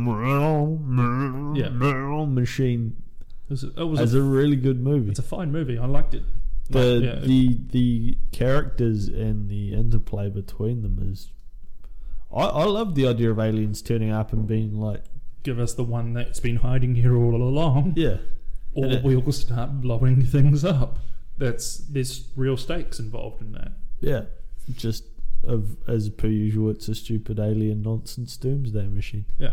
[SPEAKER 1] machine,
[SPEAKER 2] It was, it was
[SPEAKER 1] it's
[SPEAKER 2] a,
[SPEAKER 1] a really good movie.
[SPEAKER 2] it's a fine movie. I liked it.
[SPEAKER 1] the
[SPEAKER 2] Like, yeah,
[SPEAKER 1] the the characters and the interplay between them is. I, I love the idea of aliens turning up and being like,
[SPEAKER 2] give us the one that's been hiding here all along.
[SPEAKER 1] yeah,
[SPEAKER 2] or
[SPEAKER 1] And it-
[SPEAKER 2] we'll start blowing things up. That's there's real stakes involved in that.
[SPEAKER 1] yeah, just of as per usual, it's a stupid alien nonsense doomsday machine.
[SPEAKER 2] Yeah.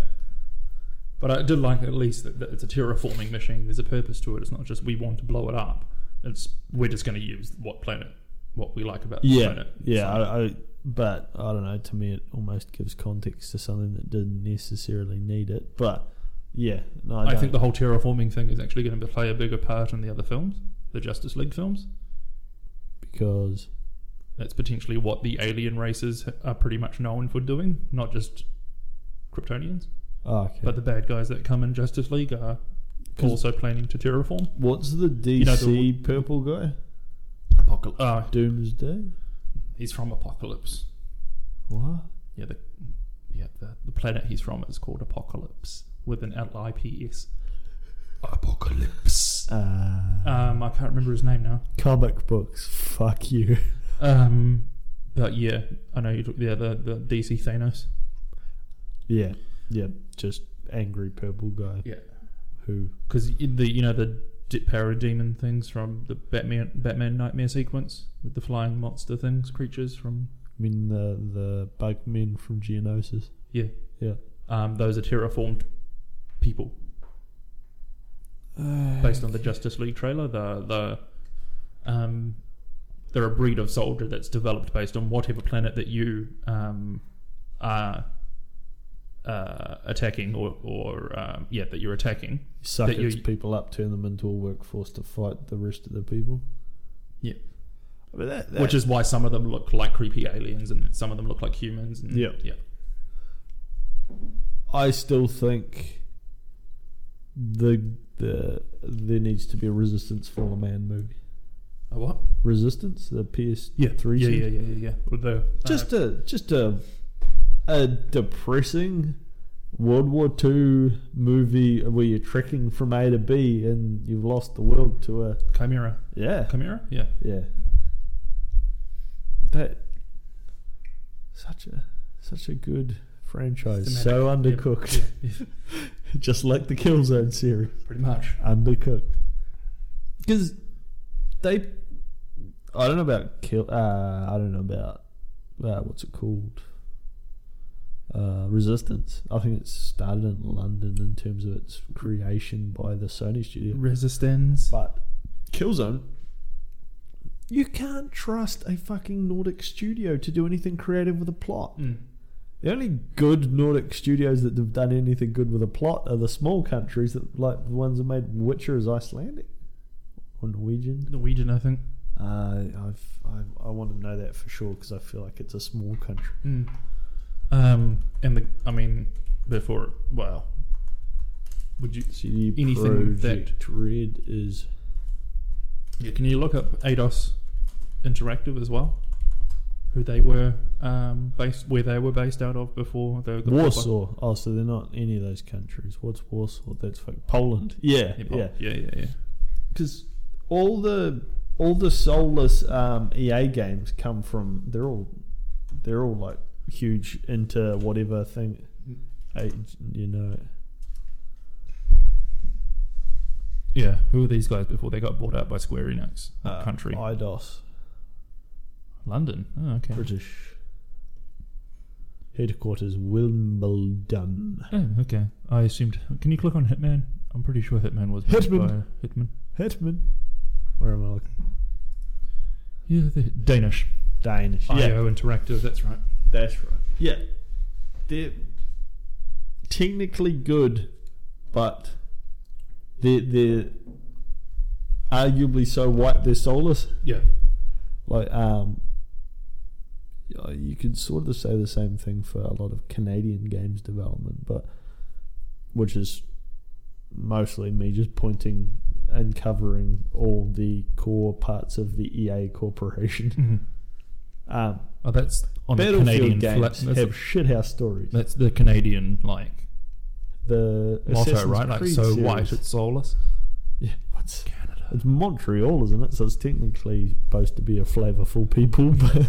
[SPEAKER 2] But I did like at least that, that it's a terraforming machine. There's a purpose to it. It's not just we want to blow it up. It's we're just going to use what planet, what we like about the
[SPEAKER 1] Yeah,
[SPEAKER 2] planet.
[SPEAKER 1] yeah.
[SPEAKER 2] So,
[SPEAKER 1] I, I, but I don't know. To me, it almost gives context to something that didn't necessarily need it. But yeah, no, I,
[SPEAKER 2] I,
[SPEAKER 1] don't.
[SPEAKER 2] think the whole terraforming thing is actually going to play a bigger part in the other films, the Justice League films.
[SPEAKER 1] because
[SPEAKER 2] That's potentially what the alien races are pretty much known for doing, not just Kryptonians,
[SPEAKER 1] oh, okay.
[SPEAKER 2] but the bad guys that come in Justice League are
[SPEAKER 1] 'Cause-
[SPEAKER 2] also planning to terraform.
[SPEAKER 1] what's the DC
[SPEAKER 2] know, the-
[SPEAKER 1] purple guy?
[SPEAKER 2] Apocalypse. Uh,
[SPEAKER 1] Doomsday.
[SPEAKER 2] he's from Apocalypse.
[SPEAKER 1] What?
[SPEAKER 2] Yeah, the yeah the, the planet he's from is called Apocalypse with an L I P S. Apocalypse.
[SPEAKER 1] Uh,
[SPEAKER 2] Um, I can't remember his name now.
[SPEAKER 1] comic books. Fuck you.
[SPEAKER 2] Um, but yeah, I know you. took- Yeah, the the DC Thanos.
[SPEAKER 1] yeah, yeah. Just angry purple guy
[SPEAKER 2] Yeah,
[SPEAKER 1] who.
[SPEAKER 2] because the you know the d- parademon things from the Batman Batman Nightmare sequence with the flying monster things creatures from
[SPEAKER 1] I mean the the bug men from Geonosis.
[SPEAKER 2] yeah
[SPEAKER 1] Yeah.
[SPEAKER 2] um, those are terraformed people
[SPEAKER 1] Uh,
[SPEAKER 2] based on the Justice League trailer. The the um, they're a breed of soldier that's developed based on whatever planet that you um, are uh, attacking or or um, yeah that you're attacking.
[SPEAKER 1] suck
[SPEAKER 2] that you-
[SPEAKER 1] its people up, turn them into a workforce to fight the rest of the people.
[SPEAKER 2] Yeah.
[SPEAKER 1] I mean, that,
[SPEAKER 2] Which is why some of them look like creepy aliens and some of them look like humans. And
[SPEAKER 1] Yeah.
[SPEAKER 2] yeah,
[SPEAKER 1] I still think the the there needs to be a Resistance Fall a Man movie.
[SPEAKER 2] A what?
[SPEAKER 1] Resistance, the PS three,
[SPEAKER 2] yeah, yeah, yeah, yeah, yeah. With the, uh,
[SPEAKER 1] just a just a a depressing World War Two movie where you're trekking from A to B and you've lost the world to a
[SPEAKER 2] Uh, chimera,
[SPEAKER 1] yeah
[SPEAKER 2] chimera, yeah.
[SPEAKER 1] Yeah. That such a such a good franchise. So
[SPEAKER 2] Thematic.
[SPEAKER 1] undercooked.
[SPEAKER 2] Yeah, yeah, yeah,
[SPEAKER 1] Just like the Killzone series.
[SPEAKER 2] pretty much.
[SPEAKER 1] Undercooked. Cause they I don't know about kill uh I don't know about uh, what's it called? Uh, Resistance. I think it started in London in terms of its creation by the Sony studio.
[SPEAKER 2] Resistance.
[SPEAKER 1] But Killzone, you can't trust a fucking Nordic studio to do anything creative with a plot.
[SPEAKER 2] Mm.
[SPEAKER 1] The only good Nordic studios that have done anything good with a plot are the small countries that, like the ones that made Witcher is Icelandic or Norwegian.
[SPEAKER 2] Norwegian, I think.
[SPEAKER 1] Uh, I've, I've I want to know that for sure because I feel like it's a small country.
[SPEAKER 2] Mm. Um, and the, I mean, before, well, would you?
[SPEAKER 1] CD
[SPEAKER 2] Anything that-
[SPEAKER 1] Projekt Red is
[SPEAKER 2] Yeah, can you look up ADOS Interactive as well? Who they were um, based, where they were based out of before they got
[SPEAKER 1] Warsaw. Oh, so they're not any of those countries. What's Warsaw? That's like Poland. Yeah,
[SPEAKER 2] Yeah,
[SPEAKER 1] yeah.
[SPEAKER 2] yeah, yeah, yeah.
[SPEAKER 1] because all the all the soulless um, EA games come from they're all they're all like huge into whatever thing I- you know
[SPEAKER 2] Yeah, who were these guys before they got bought out by Square Enix? What
[SPEAKER 1] uh,
[SPEAKER 2] country?
[SPEAKER 1] IDOS
[SPEAKER 2] London. Oh, okay.
[SPEAKER 1] British headquarters, Wimbledon.
[SPEAKER 2] Oh, okay. I assumed. Can you click on Hitman? I'm pretty sure Hitman was made
[SPEAKER 1] Hitman.
[SPEAKER 2] by Hitman.
[SPEAKER 1] Hetman. Where am I looking?
[SPEAKER 2] Yeah, the Danish.
[SPEAKER 1] Danish. Yeah,
[SPEAKER 2] IO Interactive. That's right.
[SPEAKER 1] that's right. Yeah, they're technically good, but they're they're arguably so white they're soulless.
[SPEAKER 2] Yeah.
[SPEAKER 1] like um uh, you could sort of say the same thing for a lot of Canadian games development, but which is mostly me just pointing and covering all the core parts of the EA corporation.
[SPEAKER 2] hmm
[SPEAKER 1] Um,
[SPEAKER 2] Oh, that's on a Canadian
[SPEAKER 1] Battlefield
[SPEAKER 2] flag.
[SPEAKER 1] games
[SPEAKER 2] That's,
[SPEAKER 1] have shithouse stories.
[SPEAKER 2] that's the Canadian like
[SPEAKER 1] The
[SPEAKER 2] motto,
[SPEAKER 1] Assassin's
[SPEAKER 2] right? Like
[SPEAKER 1] Creed
[SPEAKER 2] so
[SPEAKER 1] series.
[SPEAKER 2] white, it's soulless.
[SPEAKER 1] yeah, what's
[SPEAKER 2] Canada.
[SPEAKER 1] It's Montreal, isn't it? So it's technically supposed to be a flavourful people, but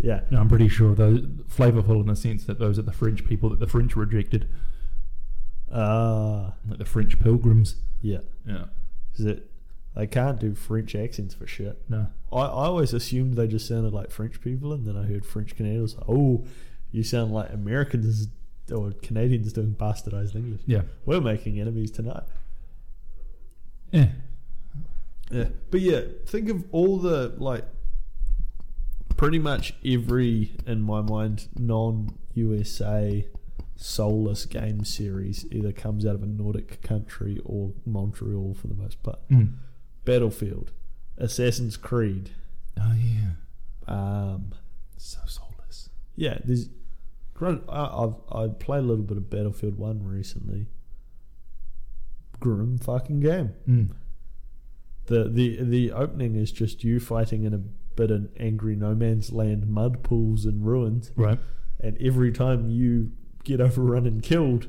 [SPEAKER 1] yeah,
[SPEAKER 2] No, I'm pretty sure those flavorful in the sense that those are the French people that the French rejected,
[SPEAKER 1] ah,
[SPEAKER 2] like the French pilgrims.
[SPEAKER 1] yeah.
[SPEAKER 2] Yeah.
[SPEAKER 1] Is it? They can't do French accents for shit.
[SPEAKER 2] No.
[SPEAKER 1] I, I always assumed they just sounded like French people, and then I heard French Canadians. Like, oh, you sound like Americans or Canadians doing bastardized English.
[SPEAKER 2] Yeah.
[SPEAKER 1] We're making enemies tonight.
[SPEAKER 2] Yeah.
[SPEAKER 1] Yeah, but yeah, think of all the like, pretty much every in my mind non-USA soulless game series either comes out of a Nordic country or Montreal for the most part.
[SPEAKER 2] Mm.
[SPEAKER 1] Battlefield, Assassin's Creed.
[SPEAKER 2] Oh yeah.
[SPEAKER 1] Um,
[SPEAKER 2] So soulless.
[SPEAKER 1] yeah, there's. great- I, I've I played a little bit of Battlefield One recently. Grim fucking game.
[SPEAKER 2] Mm.
[SPEAKER 1] The the the opening is just you fighting in a bit of angry no man's land, mud pools and ruins,
[SPEAKER 2] Right.
[SPEAKER 1] and every time you get overrun and killed,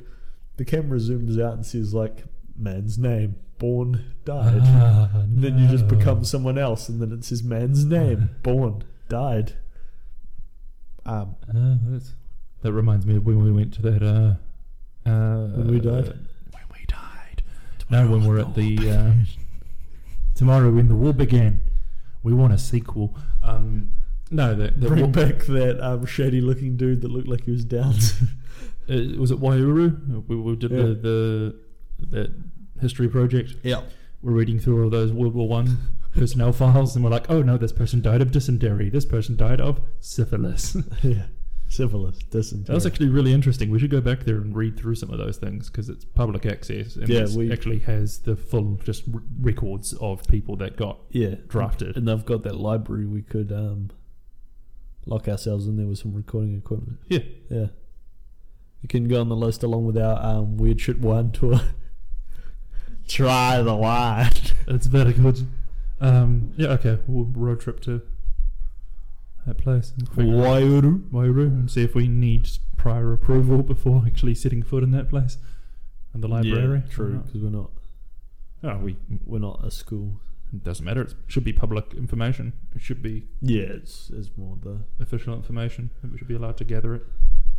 [SPEAKER 1] the camera zooms out and says like man's name, born, died.
[SPEAKER 2] Ah,
[SPEAKER 1] And then you just
[SPEAKER 2] no.
[SPEAKER 1] become someone else, and then it's his man's name, born, died. Um,
[SPEAKER 2] Ah, that's, that reminds me of when we went to that. Uh, uh,
[SPEAKER 1] When we died?
[SPEAKER 2] When we died. no, when we're at the. Uh, tomorrow, when the war began, we want a sequel. Um, no, the, the
[SPEAKER 1] bring
[SPEAKER 2] war,
[SPEAKER 1] back that um, shady looking dude that looked like he was down.
[SPEAKER 2] uh, was it Wairuru? We, we did
[SPEAKER 1] Yeah.
[SPEAKER 2] the, the that history project.
[SPEAKER 1] yeah.
[SPEAKER 2] We're reading through all those World War One personnel files, and we're like, oh no, this person died of dysentery. This person died of syphilis.
[SPEAKER 1] Yeah. Syphilis, dysentery.
[SPEAKER 2] That was actually really interesting. We should go back there and read through some of those things because it's public access and
[SPEAKER 1] Yeah,
[SPEAKER 2] it
[SPEAKER 1] we-
[SPEAKER 2] actually has the full just r- records of people that got
[SPEAKER 1] yeah.
[SPEAKER 2] drafted.
[SPEAKER 1] And they've got that library we could um, lock ourselves in there with some recording equipment.
[SPEAKER 2] Yeah,
[SPEAKER 1] Yeah. You can go on the list along with our um, Weird Shit Wine tour. Try the wine.
[SPEAKER 2] it's very good. Um, yeah, okay, we'll road trip to that place and figure out
[SPEAKER 1] Wairu.
[SPEAKER 2] Wairu and see if we need prior approval before actually setting foot in that place and the library.
[SPEAKER 1] Yeah, true, because we're not
[SPEAKER 2] Oh, we
[SPEAKER 1] we're not a school.
[SPEAKER 2] it doesn't matter. It should be public information. It should be
[SPEAKER 1] Yeah, it's it's more the
[SPEAKER 2] official information. and We should be allowed to gather it.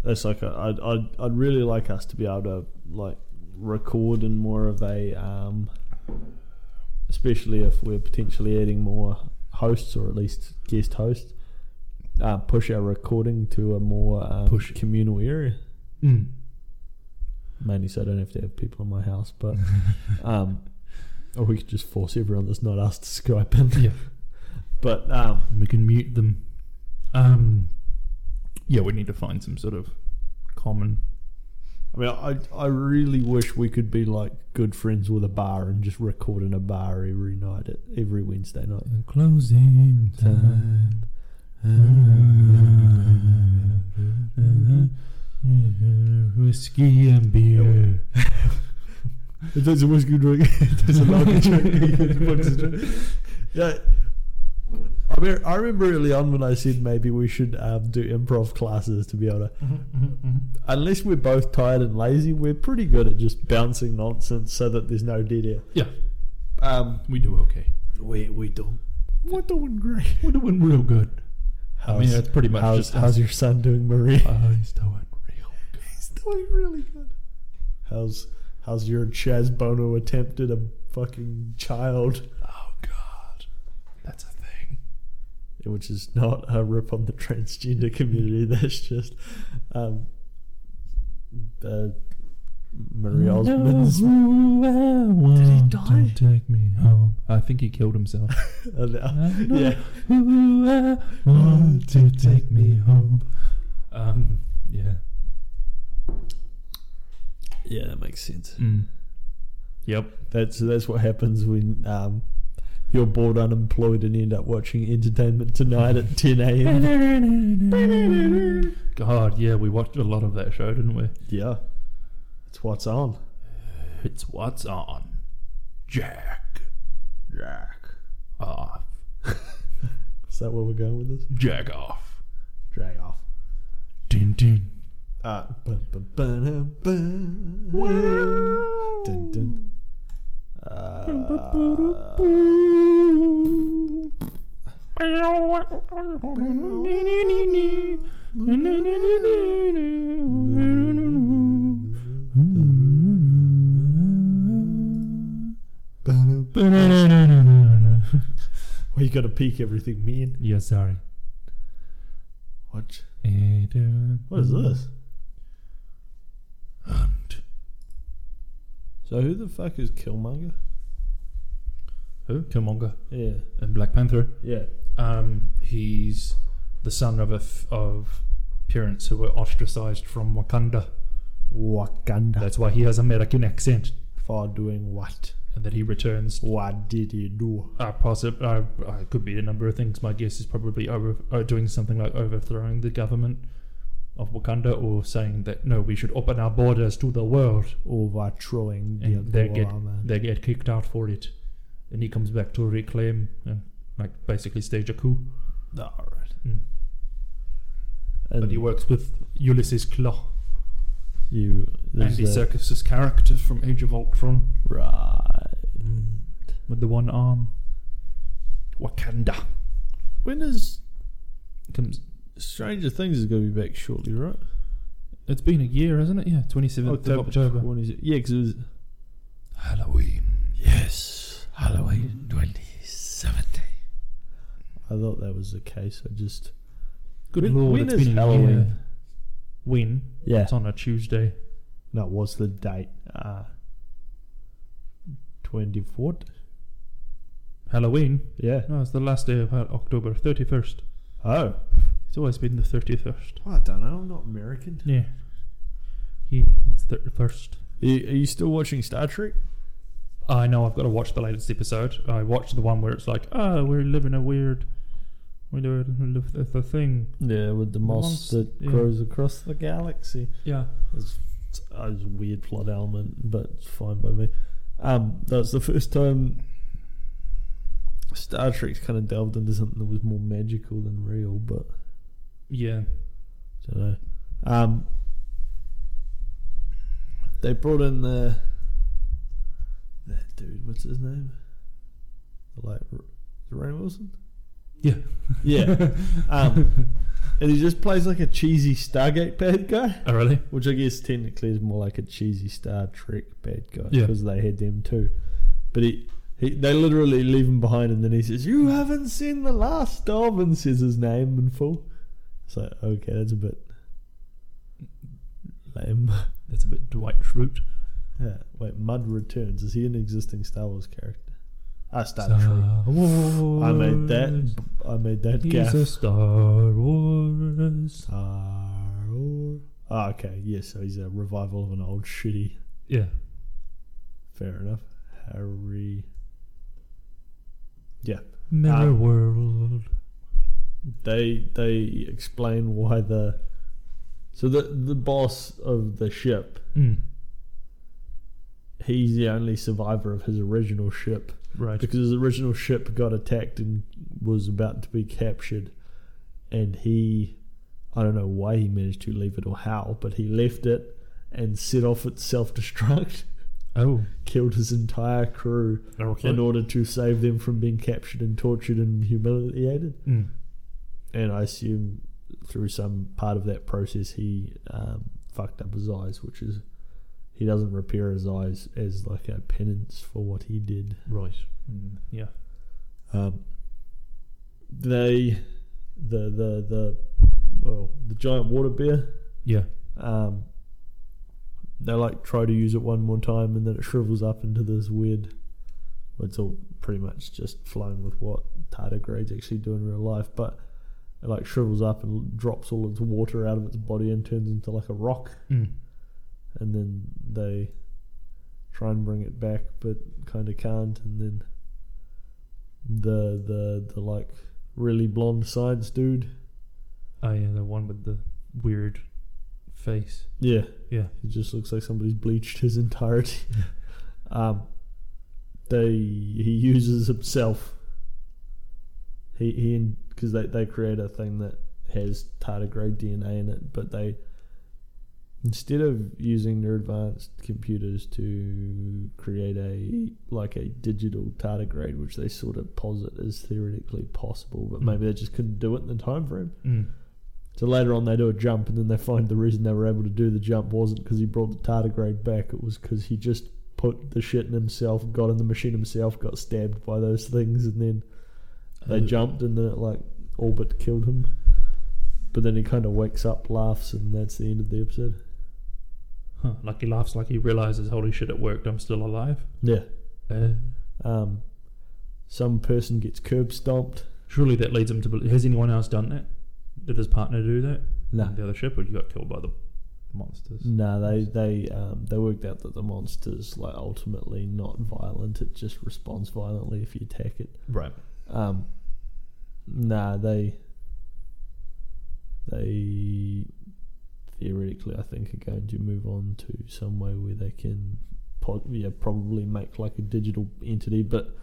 [SPEAKER 1] That's like a, I'd, I'd I'd really like us to be able to like record in more of a um, especially if we're potentially adding more hosts or at least guest hosts, uh, push our recording to a more um,
[SPEAKER 2] Push it.
[SPEAKER 1] communal area. Hmm.
[SPEAKER 2] Mm.
[SPEAKER 1] Mainly so I don't have to have people in my house, but um, or we could just force everyone that's not us to Skype in.
[SPEAKER 2] Yeah.
[SPEAKER 1] But um,
[SPEAKER 2] and we can mute them. Um, yeah, we need to find some sort of common.
[SPEAKER 1] I mean, I I really wish we could be like good friends with a bar and just record in a bar every night at every Wednesday night.
[SPEAKER 2] Closing
[SPEAKER 1] time.
[SPEAKER 2] Whiskey and beer.
[SPEAKER 1] If there's a whiskey drink, if there's a lager drink, if there's a drink. Yeah. I mean, I remember early on when I said maybe we should um, do improv classes to be able to.
[SPEAKER 2] Mm-hmm.
[SPEAKER 1] Unless we're both tired and lazy, we're pretty good at just bouncing nonsense so that there's no dead air.
[SPEAKER 2] Yeah,
[SPEAKER 1] Um,
[SPEAKER 2] we do okay.
[SPEAKER 1] we we do. We're doing great.
[SPEAKER 2] We're doing real good.
[SPEAKER 1] How's,
[SPEAKER 2] I mean, it's pretty much
[SPEAKER 1] how's,
[SPEAKER 2] just.
[SPEAKER 1] how's your son doing, Maria?
[SPEAKER 2] Oh, he's doing real good.
[SPEAKER 1] He's doing really good. How's how's your Chaz Bono attempt at a fucking child?
[SPEAKER 2] Oh God, that's a thing.
[SPEAKER 1] which is not a rip on the transgender community. That's just um, uh, Maria Osmond's.
[SPEAKER 2] Did
[SPEAKER 1] he die?
[SPEAKER 2] Don't take me home. I think he killed himself. I know
[SPEAKER 1] uh, yeah,
[SPEAKER 2] who I want to take me home. Um, yeah.
[SPEAKER 1] yeah, that makes sense.
[SPEAKER 2] Mm. Yep.
[SPEAKER 1] That's that's what happens when um, you're bored, unemployed, and end up watching Entertainment Tonight at 10 a.m.
[SPEAKER 2] God, yeah, we watched a lot of that show, didn't we?
[SPEAKER 1] yeah, it's what's on.
[SPEAKER 2] It's what's on. Jack
[SPEAKER 1] Jack,
[SPEAKER 2] off.
[SPEAKER 1] is that where we're going with this?
[SPEAKER 2] Jack off.
[SPEAKER 1] Drag off.
[SPEAKER 2] Dun dun.
[SPEAKER 1] Uh, bun, bun, bun, bun. Dun, dun. Uh, well, you got to peek everything, man.
[SPEAKER 2] Yeah, sorry.
[SPEAKER 1] What? What
[SPEAKER 2] What
[SPEAKER 1] is this? Um, So who the fuck is Killmonger?
[SPEAKER 2] Who? Killmonger
[SPEAKER 1] Yeah,
[SPEAKER 2] and Black Panther.
[SPEAKER 1] yeah.
[SPEAKER 2] Um, he's the son of a f- of parents who were ostracized from Wakanda.
[SPEAKER 1] Wakanda
[SPEAKER 2] That's why he has American accent,
[SPEAKER 1] for doing what?
[SPEAKER 2] and that he returns.
[SPEAKER 1] What did he do?
[SPEAKER 2] Uh, possi- uh, uh, could be a number of things. My guess is probably over uh, doing something like overthrowing the government of Wakanda, or saying that no, we should open our borders to the world.
[SPEAKER 1] Overthrowing the
[SPEAKER 2] And they get-
[SPEAKER 1] government.
[SPEAKER 2] They get kicked out for it, and he comes back to reclaim and like basically stage a coup.
[SPEAKER 1] Alright.
[SPEAKER 2] Mm. But
[SPEAKER 1] And
[SPEAKER 2] he
[SPEAKER 1] you,
[SPEAKER 2] works with Ulysses Claw.
[SPEAKER 1] there's
[SPEAKER 2] Andy
[SPEAKER 1] a-
[SPEAKER 2] Serkis's character from Age of Ultron
[SPEAKER 1] right.
[SPEAKER 2] with the one arm. Wakanda
[SPEAKER 1] When is
[SPEAKER 2] comes.
[SPEAKER 1] Stranger Things is going to be back shortly, right? Oh,
[SPEAKER 2] It's been a year, hasn't it? Yeah, twenty seventh of October.
[SPEAKER 1] When is it? Yeah, because it was
[SPEAKER 3] Halloween.
[SPEAKER 1] yes.
[SPEAKER 3] Halloween 2017.
[SPEAKER 1] I thought that was the case. I just
[SPEAKER 2] Good
[SPEAKER 1] When-
[SPEAKER 2] lord,
[SPEAKER 1] when
[SPEAKER 2] it's
[SPEAKER 1] is
[SPEAKER 2] been a
[SPEAKER 1] Halloween?
[SPEAKER 2] year. When?
[SPEAKER 1] yeah.
[SPEAKER 2] It's on a Tuesday.
[SPEAKER 1] No, what's the date? Uh, twenty fourth.
[SPEAKER 2] Halloween?
[SPEAKER 1] Yeah.
[SPEAKER 2] No, it's the last day of Hal- October, thirty first.
[SPEAKER 1] Oh.
[SPEAKER 2] It's always been the thirty first.
[SPEAKER 1] I don't know. I'm not American.
[SPEAKER 2] Yeah. Yeah, it's thirty first.
[SPEAKER 1] Are you, are you still watching Star Trek?
[SPEAKER 2] I know I've got to watch the latest episode. I watched the one where it's like, oh, we're living a weird, we do the, the thing.
[SPEAKER 1] Yeah, with the moss
[SPEAKER 2] Once-
[SPEAKER 1] that
[SPEAKER 2] yeah.
[SPEAKER 1] grows across the galaxy.
[SPEAKER 2] Yeah.
[SPEAKER 1] It's, it's, uh, it's a weird plot element, but it's fine by me. Um, that was the first time Star Trek's kind of delved into something that was more magical than real, but
[SPEAKER 2] Yeah.
[SPEAKER 1] I don't know. Um, they brought in the that dude. What's his name? The like is it Rain Wilson.
[SPEAKER 2] Yeah.
[SPEAKER 1] Yeah. um, and he just plays like a cheesy Stargate bad guy,
[SPEAKER 2] Oh, really?
[SPEAKER 1] which I guess technically is more like a cheesy Star Trek bad guy
[SPEAKER 2] Yeah.
[SPEAKER 1] because they had them too. But he. He, they literally leave him behind, and then he says, "You haven't seen the last of," and says his name in full. It's like, okay, that's a bit lame.
[SPEAKER 2] That's a bit Dwight Schrute.
[SPEAKER 1] Yeah. Wait, Mud returns. Is he an existing Star Wars character? Ah, Star Trek.
[SPEAKER 2] Star Wars.
[SPEAKER 1] I made that. I made that
[SPEAKER 2] He's
[SPEAKER 1] gaffe.
[SPEAKER 2] a Star Wars.
[SPEAKER 1] Star Wars. Ah, okay. Yeah, so he's a revival of an old shitty.
[SPEAKER 2] Yeah.
[SPEAKER 1] Fair enough. Harry. Yeah.
[SPEAKER 2] Mirror
[SPEAKER 1] Um,
[SPEAKER 2] World.
[SPEAKER 1] They they explain why the. So the the boss of the ship,
[SPEAKER 2] Mm,
[SPEAKER 1] he's the only survivor of his original ship.
[SPEAKER 2] right.
[SPEAKER 1] because his original ship got attacked and was about to be captured and he i don't know why he managed to leave it or how but he left it and set off its self-destruct
[SPEAKER 2] Oh.
[SPEAKER 1] killed his entire crew
[SPEAKER 2] Okay.
[SPEAKER 1] in order to save them from being captured and tortured and humiliated
[SPEAKER 2] Mm,
[SPEAKER 1] and i assume through some part of that process he um, fucked up his eyes which is he doesn't repair his eyes as like a penance for what he did
[SPEAKER 2] Hmm. right. Mm, yeah.
[SPEAKER 1] Um, they the the the well the giant water bear.
[SPEAKER 2] Yeah.
[SPEAKER 1] Um, they like try to use it one more time, and then it shrivels up into this weird. It's all pretty much just flown with what tardigrades actually do in real life, but it like shrivels up and drops all its water out of its body and turns into like a rock
[SPEAKER 2] Mm.
[SPEAKER 1] and then they try and bring it back but kind of can't and then the the the like really blonde sides dude
[SPEAKER 2] Oh yeah, the one with the weird face.
[SPEAKER 1] yeah
[SPEAKER 2] Yeah.
[SPEAKER 1] he just looks like somebody's bleached his entirety um they he uses himself he he because they, they create a thing that has tardigrade dna in it but they instead of using their advanced computers to create a like a digital tardigrade which they sort of posit as theoretically possible but
[SPEAKER 2] Mm.
[SPEAKER 1] maybe they just couldn't do it in the time frame
[SPEAKER 2] Mm.
[SPEAKER 1] so later on, they do a jump, and then they find the reason they were able to do the jump wasn't because he brought the tardigrade back. It was because he just put the shit in himself, got in the machine himself, got stabbed by those things, and then they
[SPEAKER 2] Uh,
[SPEAKER 1] jumped, and then it like all but killed him. But then he kind of wakes up, laughs, and that's the end of the episode.
[SPEAKER 2] Huh. Like he laughs, like he realizes, holy shit, it worked. I'm still alive.
[SPEAKER 1] Yeah.
[SPEAKER 2] Uh,
[SPEAKER 1] Um, some person gets curb stomped.
[SPEAKER 2] surely that leads him to. believe Has anyone else done that? Did his partner do that?
[SPEAKER 1] No.
[SPEAKER 2] The other ship, or you got killed by the monsters?
[SPEAKER 1] No, they they um, they worked out that the monster's like ultimately not violent. It just responds violently if you attack it.
[SPEAKER 2] Right.
[SPEAKER 1] Um, nah, they they theoretically, I think, are going to move on to some way where they can, po- yeah, probably make like a digital entity. But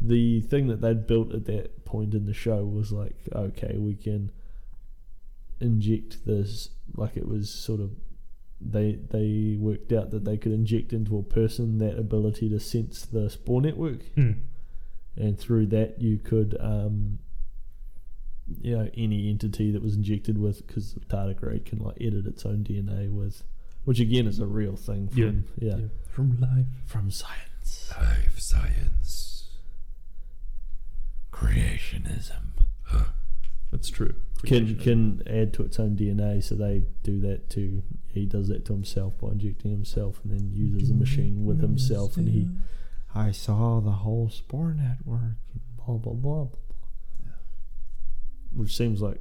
[SPEAKER 1] the thing that they'd built at that point in the show was like, okay, we can inject this, like it was sort of. They they worked out that they could inject into a person that ability to sense the spore network
[SPEAKER 2] Mm.
[SPEAKER 1] and through that you could um, you know any entity that was injected with because the tardigrade can like edit its own DNA with which again is a real thing
[SPEAKER 2] Yeah.
[SPEAKER 1] from yeah,
[SPEAKER 2] Yeah. From life.
[SPEAKER 1] from science
[SPEAKER 3] Life science. Creationism.
[SPEAKER 2] That's true.
[SPEAKER 1] can can add to its own DNA so they do that to he does that to himself by injecting himself and then uses the machine with himself and he I saw the whole spore network blah blah blah, blah, blah. which seems like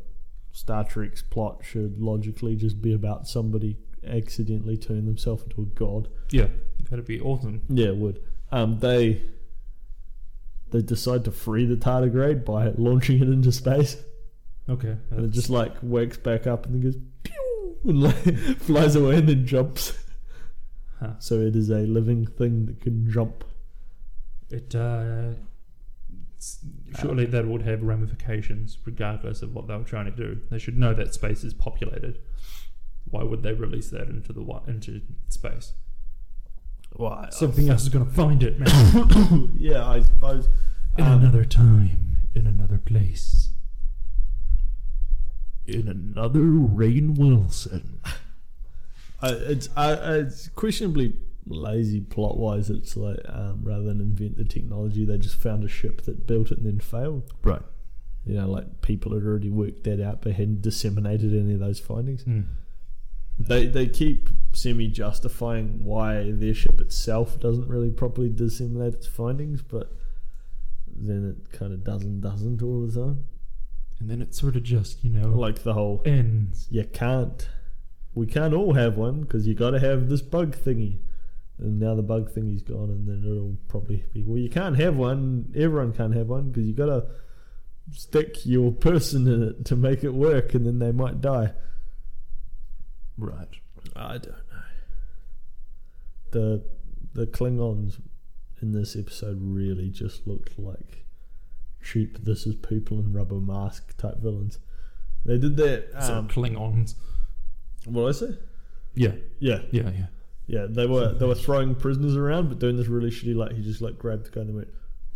[SPEAKER 1] Star Trek's plot should logically just be about somebody accidentally turning themselves into a god.
[SPEAKER 2] Yeah. That'd be awesome.
[SPEAKER 1] Yeah, it would. Um, they they decide to free the tardigrade by launching it into space,
[SPEAKER 2] Okay.
[SPEAKER 1] and it
[SPEAKER 2] that's-
[SPEAKER 1] just like wakes back up and then goes pew and like flies away and then jumps.
[SPEAKER 2] Huh.
[SPEAKER 1] So it is a living thing that can jump.
[SPEAKER 2] It uh, s- surely that would have ramifications, regardless of what they were trying to do. They should know that space is populated. Why would they release that into the wi- into space?
[SPEAKER 1] Well,
[SPEAKER 2] Something else is going to find it, man.
[SPEAKER 1] yeah, I suppose.
[SPEAKER 2] in another time, in another place, in another Rain Wilson.
[SPEAKER 1] I, it's I, I- it's questionably lazy plot wise. It's like um, rather than invent the technology, they just found a ship that built it and then failed.
[SPEAKER 2] Right.
[SPEAKER 1] You know, like people had already worked that out, but hadn't disseminated any of those findings.
[SPEAKER 2] Hmm.
[SPEAKER 1] They they keep semi justifying why their ship itself doesn't really properly disseminate its findings, but then it kind of does and doesn't all the time.
[SPEAKER 2] And then it sort of just you know
[SPEAKER 1] Like the whole
[SPEAKER 2] ends.
[SPEAKER 1] you can't we can't all have one because you got to have this bug thingy and now the bug thingy's gone and then it'll probably be well you can't have one everyone can't have one because you got to stick your person in it to make it work and then they might die
[SPEAKER 2] Right.
[SPEAKER 1] i don't know the the klingons in this episode really just looked like cheap this is people in rubber mask type villains they did that
[SPEAKER 2] so
[SPEAKER 1] um,
[SPEAKER 2] Klingons.
[SPEAKER 1] what did i say
[SPEAKER 2] Yeah.
[SPEAKER 1] yeah
[SPEAKER 2] Yeah. Yeah.
[SPEAKER 1] Yeah, they were they were throwing prisoners around, but doing this really shitty. Like he just like grabbed the guy and went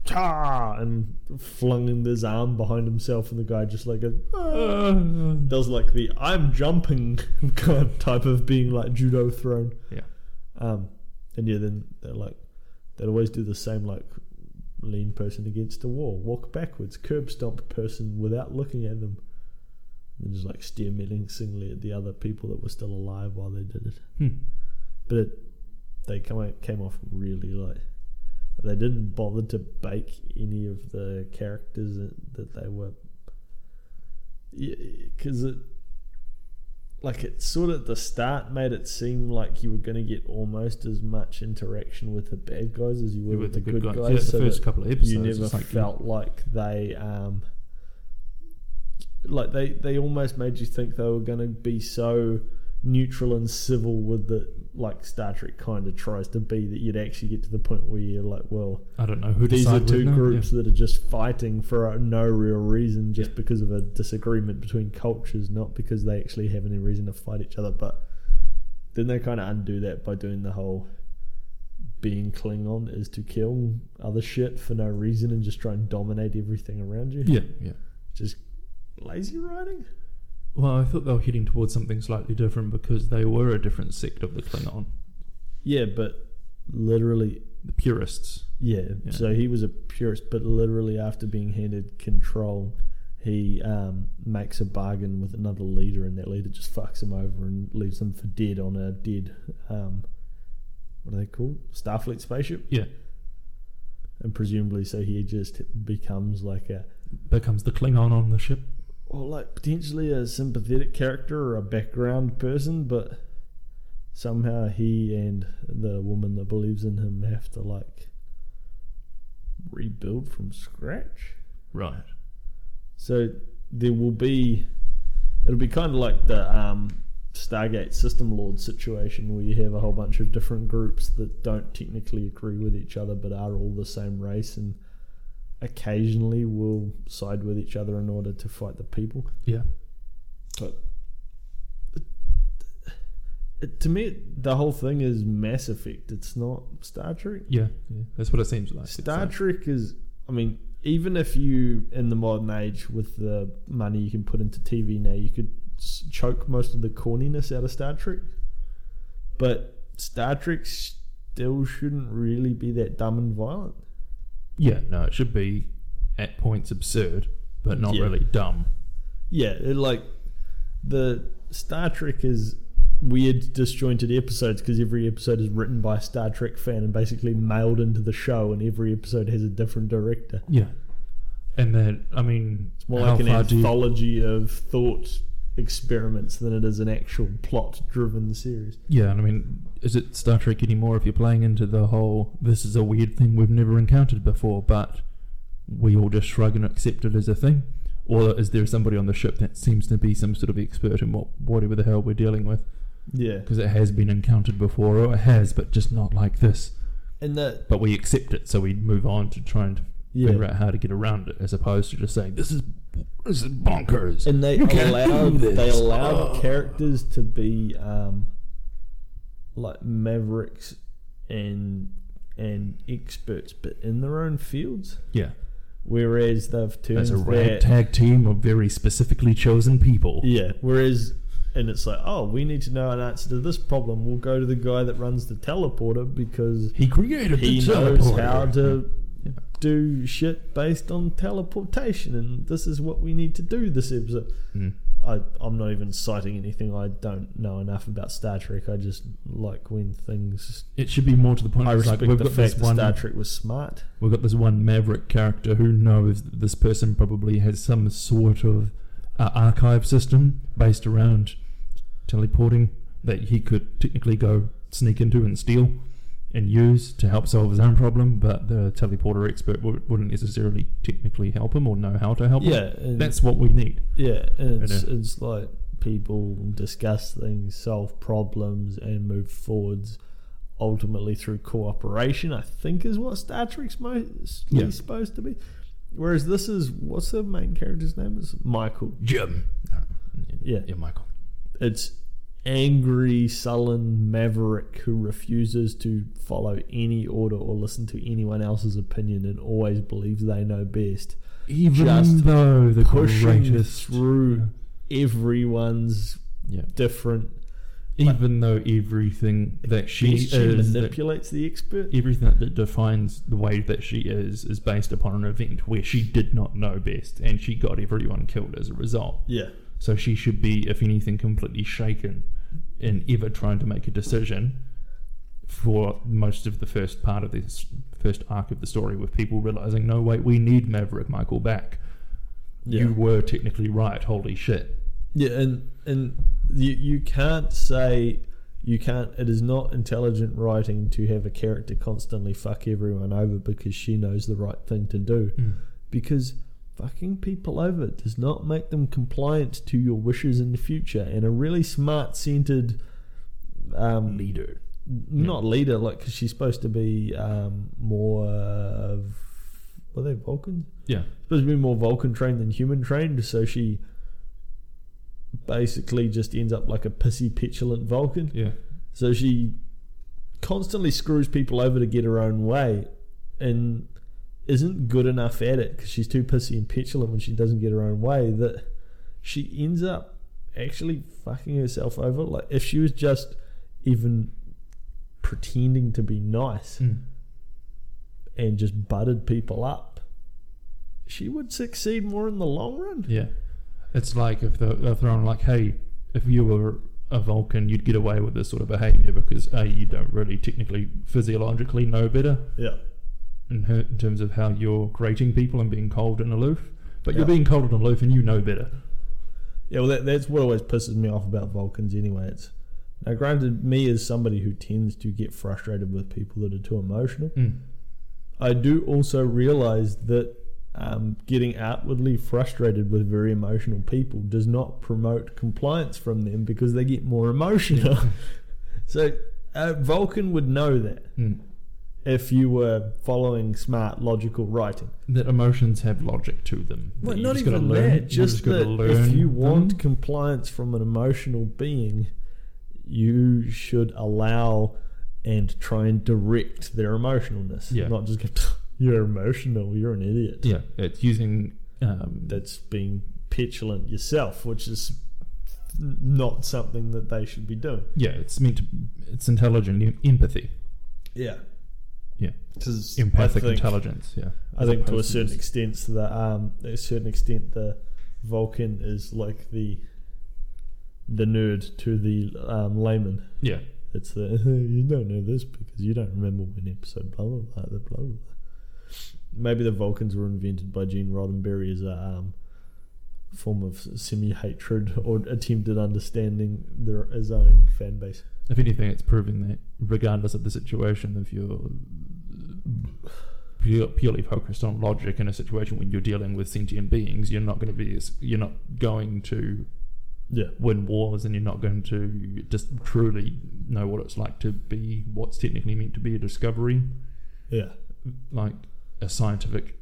[SPEAKER 1] cha and flung his arm behind himself, and the guy just like goes, "Ah,"
[SPEAKER 2] Uh,
[SPEAKER 1] does like the I'm jumping kind type of being like judo thrown.
[SPEAKER 2] Yeah.
[SPEAKER 1] Um, and yeah, then they're like they'd always do the same like lean person against a wall, walk backwards, curb stomp a person without looking at them. and just like stare menacingly at the other people that were still alive while they did it.
[SPEAKER 2] Hmm.
[SPEAKER 1] But it, they come out, came off really like they didn't bother to bake any of the characters that- that they were because it like it sort of at the start made it seem like you were going to get almost as much interaction with the bad guys as you were with the good, guys,
[SPEAKER 2] Yeah, the
[SPEAKER 1] so that-
[SPEAKER 2] first couple of episodes,
[SPEAKER 1] you never
[SPEAKER 2] it's like,
[SPEAKER 1] felt like they um like they they almost made you think they were going to be so neutral and civil with the like Star Trek kind of tries to be that you'd actually get to the point where you're like well
[SPEAKER 2] I don't know who
[SPEAKER 1] these are
[SPEAKER 2] decided
[SPEAKER 1] two
[SPEAKER 2] when, no,
[SPEAKER 1] groups that are just fighting for uh, no real reason just because of a disagreement between cultures not because they actually have any reason to fight each other but then they kind of undo that by doing the whole being Klingon is to kill other shit for no reason and just try and dominate everything around you.
[SPEAKER 2] Yeah. yeah, yeah.
[SPEAKER 1] Just lazy writing?
[SPEAKER 2] Well, I thought they were heading towards something slightly different because they were a different sect of the Klingon,
[SPEAKER 1] Yeah, but literally,
[SPEAKER 2] the purists.
[SPEAKER 1] yeah.
[SPEAKER 2] Yeah.
[SPEAKER 1] So he was a purist, but literally after being handed control, he um, makes a bargain with another leader, and that leader just fucks him over and leaves him for dead on a dead, um, what are they called? Starfleet spaceship?
[SPEAKER 2] Yeah,
[SPEAKER 1] And presumably, so he just becomes like a
[SPEAKER 2] becomes the Klingon on the ship.
[SPEAKER 1] or like potentially a sympathetic character or a background person, but somehow he and the woman that believes in him have to like rebuild from scratch.
[SPEAKER 2] Right.
[SPEAKER 1] So there will be it'll be kind of like the um, Stargate System Lord situation where you have a whole bunch of different groups that don't technically agree with each other but are all the same race and occasionally will side with each other in order to fight the people
[SPEAKER 2] Yeah.
[SPEAKER 1] but it, to me, the whole thing is Mass Effect. It's not Star Trek.
[SPEAKER 2] Yeah. Yeah. That's what it seems like. It's
[SPEAKER 1] Star
[SPEAKER 2] like-
[SPEAKER 1] Trek is, I mean, even if you in the modern age with the money you can put into TV now, you could s- choke most of the corniness out of Star Trek. But Star Trek still shouldn't really be that dumb and violent.
[SPEAKER 2] Yeah. No, it should be at points absurd, but not
[SPEAKER 1] Yeah.
[SPEAKER 2] really dumb.
[SPEAKER 1] Yeah, it, like the Star Trek is weird, disjointed episodes because every episode is written by a Star Trek fan and basically mailed into the show, and every episode has a different director.
[SPEAKER 2] Yeah. And that I mean,
[SPEAKER 1] It's more
[SPEAKER 2] how
[SPEAKER 1] like an
[SPEAKER 2] far do you-
[SPEAKER 1] anthology of thought experiments than it is an actual plot-driven series.
[SPEAKER 2] Yeah, and I mean, is it Star Trek anymore if you're playing into the whole this is a weird thing we've never encountered before, but we all just shrug and accept it as a thing? Or is there somebody on the ship that seems to be some sort of expert in what whatever the hell we're dealing with?
[SPEAKER 1] Yeah,
[SPEAKER 2] Because it has been encountered before, or it has, but just not like this.
[SPEAKER 1] and that
[SPEAKER 2] But we accept it, so we move on to trying to
[SPEAKER 1] yeah,
[SPEAKER 2] figure out how to get around it, as opposed to just saying this is this is bonkers.
[SPEAKER 1] and they
[SPEAKER 2] You can't
[SPEAKER 1] allowed
[SPEAKER 2] do
[SPEAKER 1] they
[SPEAKER 2] this.
[SPEAKER 1] allowed
[SPEAKER 2] Oh.
[SPEAKER 1] characters to be um, like mavericks and and experts, but in their own fields.
[SPEAKER 2] yeah,
[SPEAKER 1] Whereas they've turned
[SPEAKER 2] that's a
[SPEAKER 1] that,
[SPEAKER 2] ragtag team of very specifically chosen people.
[SPEAKER 1] yeah. Whereas, and it's like, oh, we need to know an answer to this problem. We'll go to the guy that runs the teleporter because
[SPEAKER 2] He created
[SPEAKER 1] he
[SPEAKER 2] the
[SPEAKER 1] knows
[SPEAKER 2] teleporter.
[SPEAKER 1] how to
[SPEAKER 2] Yeah.
[SPEAKER 1] do shit based on teleportation, and this is what we need to do this episode.
[SPEAKER 2] Mm.
[SPEAKER 1] I, I'm not even citing anything. I don't know enough about Star Trek. I just like when things.
[SPEAKER 2] It should be more to the point.
[SPEAKER 1] I
[SPEAKER 2] it's
[SPEAKER 1] respect
[SPEAKER 2] like we've
[SPEAKER 1] the
[SPEAKER 2] got this
[SPEAKER 1] fact that
[SPEAKER 2] one.
[SPEAKER 1] Star Trek was smart.
[SPEAKER 2] We've got this one maverick character who knows that this person probably has some sort of uh, archive system based around teleporting that he could technically go sneak into and steal and use to help solve his own problem. But the teleporter expert w- wouldn't necessarily technically help him or know how to help him.
[SPEAKER 1] Yeah, and-
[SPEAKER 2] that's what we need.
[SPEAKER 1] Yeah, and it's,
[SPEAKER 2] know.
[SPEAKER 1] it's like people discuss things, solve problems, and move forwards ultimately through cooperation, I think is what Star Trek's mostly
[SPEAKER 2] Yeah.
[SPEAKER 1] supposed to be. Whereas this is, what's the main character's name? Is Michael.
[SPEAKER 2] Jim.
[SPEAKER 1] Yeah.
[SPEAKER 2] Yeah, Michael.
[SPEAKER 1] It's angry, sullen maverick who refuses to follow any order or listen to anyone else's opinion and always believes they know best.
[SPEAKER 2] Even
[SPEAKER 1] Just
[SPEAKER 2] though the
[SPEAKER 1] Pushing
[SPEAKER 2] greatest
[SPEAKER 1] through everyone's
[SPEAKER 2] Yeah.
[SPEAKER 1] different
[SPEAKER 2] even though everything that she
[SPEAKER 1] Yes,
[SPEAKER 2] is, that-
[SPEAKER 1] manipulates uh, the expert.
[SPEAKER 2] everything that defines the way that she is, is based upon an event where she did not know best, and she got everyone killed as a result.
[SPEAKER 1] Yeah,
[SPEAKER 2] So she should be, if anything, completely shaken in ever trying to make a decision for most of the first part of this first arc of the story, with people realizing, no, wait, we need Maverick Michael back.
[SPEAKER 1] Yeah.
[SPEAKER 2] You were technically right. Holy shit.
[SPEAKER 1] Yeah, and and you, you can't say you can't. It is not intelligent writing to have a character constantly fuck everyone over because she knows the right thing to do. Because fucking people over does not make them compliant to your wishes in the future. And a really smart centered um,
[SPEAKER 2] Leader.
[SPEAKER 1] not leader, like 'cause she's supposed to be um, more of were they Vulcans?
[SPEAKER 2] Yeah.
[SPEAKER 1] supposed to be more Vulcan trained than human trained, so she basically just ends up like a pissy, petulant Vulcan.
[SPEAKER 2] Yeah.
[SPEAKER 1] So she constantly screws people over to get her own way and isn't good enough at it because she's too pissy and petulant when she doesn't get her own way that she ends up actually fucking herself over. Like, if she was just even pretending to be nice
[SPEAKER 2] Mm.
[SPEAKER 1] and just butted people up, she would succeed more in the long run.
[SPEAKER 2] Yeah. It's like if they're, they're thrown like, hey, if you were a Vulcan, you'd get away with this sort of behavior because A, you don't really technically, physiologically know better
[SPEAKER 1] Yeah.
[SPEAKER 2] in, her, in terms of how you're grating people and being cold and aloof. But you're
[SPEAKER 1] Yeah.
[SPEAKER 2] being cold and aloof and you know better.
[SPEAKER 1] Yeah, well, that, that's what always pisses me off about Vulcans, anyway. It's now, granted, me as somebody who tends to get frustrated with people that are too emotional,
[SPEAKER 2] Mm.
[SPEAKER 1] I do also realize that um, getting outwardly frustrated with very emotional people does not promote compliance from them because they get more emotional. so, uh, Vulcan would know that
[SPEAKER 2] Mm.
[SPEAKER 1] if you were following smart, logical writing.
[SPEAKER 2] That emotions have logic to them.
[SPEAKER 1] Well,
[SPEAKER 2] you
[SPEAKER 1] not
[SPEAKER 2] just gotta
[SPEAKER 1] even
[SPEAKER 2] learn-
[SPEAKER 1] that.
[SPEAKER 2] you
[SPEAKER 1] Just,
[SPEAKER 2] gotta
[SPEAKER 1] that
[SPEAKER 2] learn
[SPEAKER 1] if you
[SPEAKER 2] them.
[SPEAKER 1] want compliance from an emotional being, you should allow and try and direct their emotionalness.
[SPEAKER 2] Yeah.
[SPEAKER 1] Not just go, you're emotional, you're an idiot.
[SPEAKER 2] Yeah, it's using. Um,
[SPEAKER 1] That's being petulant yourself, which is not something that they should be doing.
[SPEAKER 2] yeah, it's meant to. It's intelligent em- empathy,
[SPEAKER 1] Yeah.
[SPEAKER 2] Yeah.
[SPEAKER 1] Because
[SPEAKER 2] empathic intelligence. Yeah,
[SPEAKER 1] I
[SPEAKER 2] as
[SPEAKER 1] think to a
[SPEAKER 2] opposed
[SPEAKER 1] certain
[SPEAKER 2] just-
[SPEAKER 1] extent, the um, a certain extent, the Vulcan is like the the nerd to the um, layman.
[SPEAKER 2] Yeah,
[SPEAKER 1] It's the you don't know this because you don't remember when episode blah blah blah blah blah. blah. Maybe the Vulcans were invented by Gene Roddenberry as a um, form of semi hatred or attempted understanding their his own fan base.
[SPEAKER 2] if anything, it's proving that regardless of the situation, if you're pu- purely focused on logic in a situation when you're dealing with sentient beings, you're not going to be. as- You're not going to
[SPEAKER 1] Yeah,
[SPEAKER 2] win wars, and you're not going to just truly know what it's like to be what's technically meant to be a discovery.
[SPEAKER 1] yeah,
[SPEAKER 2] like a scientific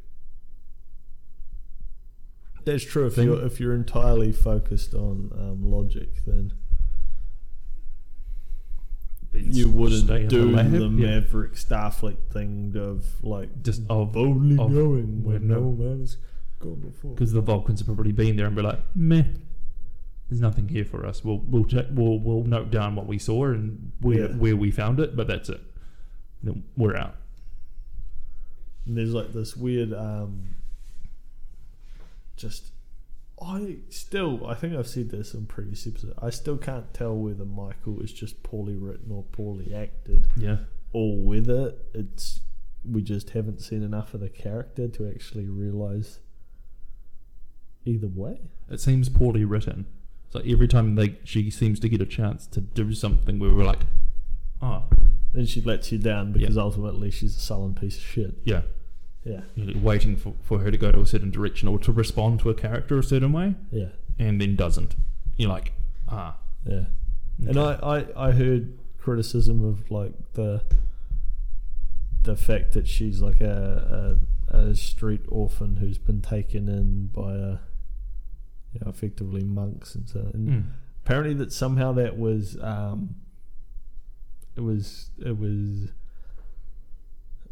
[SPEAKER 1] that's true. If
[SPEAKER 2] Thing-
[SPEAKER 1] you're if you're entirely focused on um, logic, then you
[SPEAKER 2] stay in
[SPEAKER 1] wouldn't do the,
[SPEAKER 2] lab. Yeah.
[SPEAKER 1] Maverick Starfleet thing of like
[SPEAKER 2] just of
[SPEAKER 1] boldly
[SPEAKER 2] Of-
[SPEAKER 1] going where no,
[SPEAKER 2] no-
[SPEAKER 1] man has gone before.
[SPEAKER 2] because the Vulcans have probably been there and be like meh there's nothing here for us we'll we'll ta- we'll, we'll note down what we saw and where
[SPEAKER 1] Yeah.
[SPEAKER 2] where we found it but that's it then we're out
[SPEAKER 1] And there's like this weird, um, just I still I think I've said this in previous episodes. I still can't tell whether Michael is just poorly written or poorly acted,
[SPEAKER 2] yeah
[SPEAKER 1] or whether it's we just haven't seen enough of the character to actually realize either way.
[SPEAKER 2] it seems poorly written so every time they she seems to get a chance to do something where we're like oh
[SPEAKER 1] And she lets you down because ultimately she's a sullen piece of shit.
[SPEAKER 2] yeah
[SPEAKER 1] Yeah,
[SPEAKER 2] You're waiting for, for her to go to a certain direction or to respond to a character a certain way
[SPEAKER 1] yeah,
[SPEAKER 2] and then doesn't you're like ah
[SPEAKER 1] yeah. And I, I, I heard criticism of like the the fact that she's like a, a, a street orphan who's been taken in by a you know, effectively monks and so and
[SPEAKER 2] Mm.
[SPEAKER 1] apparently that somehow that was um, it was it was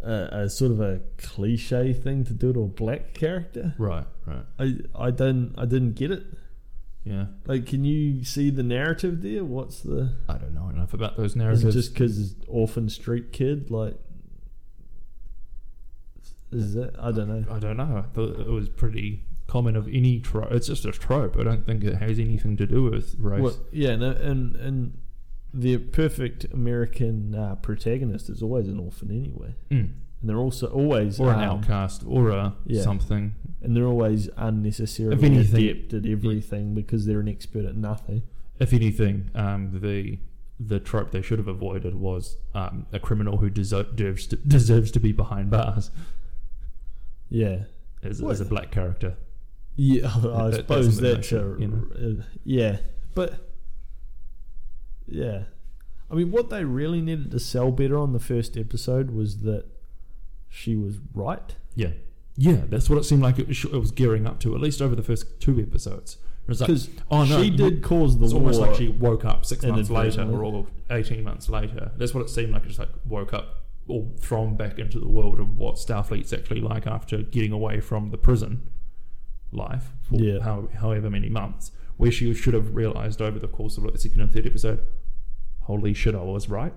[SPEAKER 1] a, a sort of a cliche thing to do to a black character.
[SPEAKER 2] Right, right.
[SPEAKER 1] I I didn't I didn't get it.
[SPEAKER 2] Yeah.
[SPEAKER 1] Like, can you see the narrative there? What's the
[SPEAKER 2] I don't know enough about those
[SPEAKER 1] Is it
[SPEAKER 2] narratives.
[SPEAKER 1] just because orphan street kid? Like, is it? I don't know.
[SPEAKER 2] I don't know. I thought it was pretty common of any trope. It's just a trope. I don't think it has anything to do with race.
[SPEAKER 1] Well, yeah, and, and and the perfect American uh, protagonist is always an orphan anyway,
[SPEAKER 2] Mm.
[SPEAKER 1] and they're also always
[SPEAKER 2] Or an
[SPEAKER 1] um,
[SPEAKER 2] outcast, or a
[SPEAKER 1] yeah.
[SPEAKER 2] something.
[SPEAKER 1] and they're always unnecessarily
[SPEAKER 2] If anything-
[SPEAKER 1] adept at everything because they're an expert at nothing.
[SPEAKER 2] If anything, um, the the trope they should have avoided was um, a criminal who deser- deserves to, deserves to be behind bars
[SPEAKER 1] Yeah,
[SPEAKER 2] as,
[SPEAKER 1] Well,
[SPEAKER 2] as a black character.
[SPEAKER 1] yeah. I
[SPEAKER 2] that- that's
[SPEAKER 1] suppose
[SPEAKER 2] something
[SPEAKER 1] that's
[SPEAKER 2] like
[SPEAKER 1] a
[SPEAKER 2] it, you
[SPEAKER 1] uh, yeah, but yeah. I mean, what they really needed to sell better on the first episode was that she was right.
[SPEAKER 2] Yeah, yeah, that's what it seemed like it, sh- it was gearing up to, at least over the first two episodes. It was like,
[SPEAKER 1] Because
[SPEAKER 2] oh no,
[SPEAKER 1] she did cause the
[SPEAKER 2] It's
[SPEAKER 1] war.
[SPEAKER 2] almost like she woke up six months later
[SPEAKER 1] Inadvertently.
[SPEAKER 2] or all- 18 months later. That's what it seemed like. It's like woke up or thrown back into the world of what Starfleet's actually like after getting away from the prison life for
[SPEAKER 1] Yeah.
[SPEAKER 2] how, however many months, where she should have realized over the course of like the second and third episode, holy shit, I was right.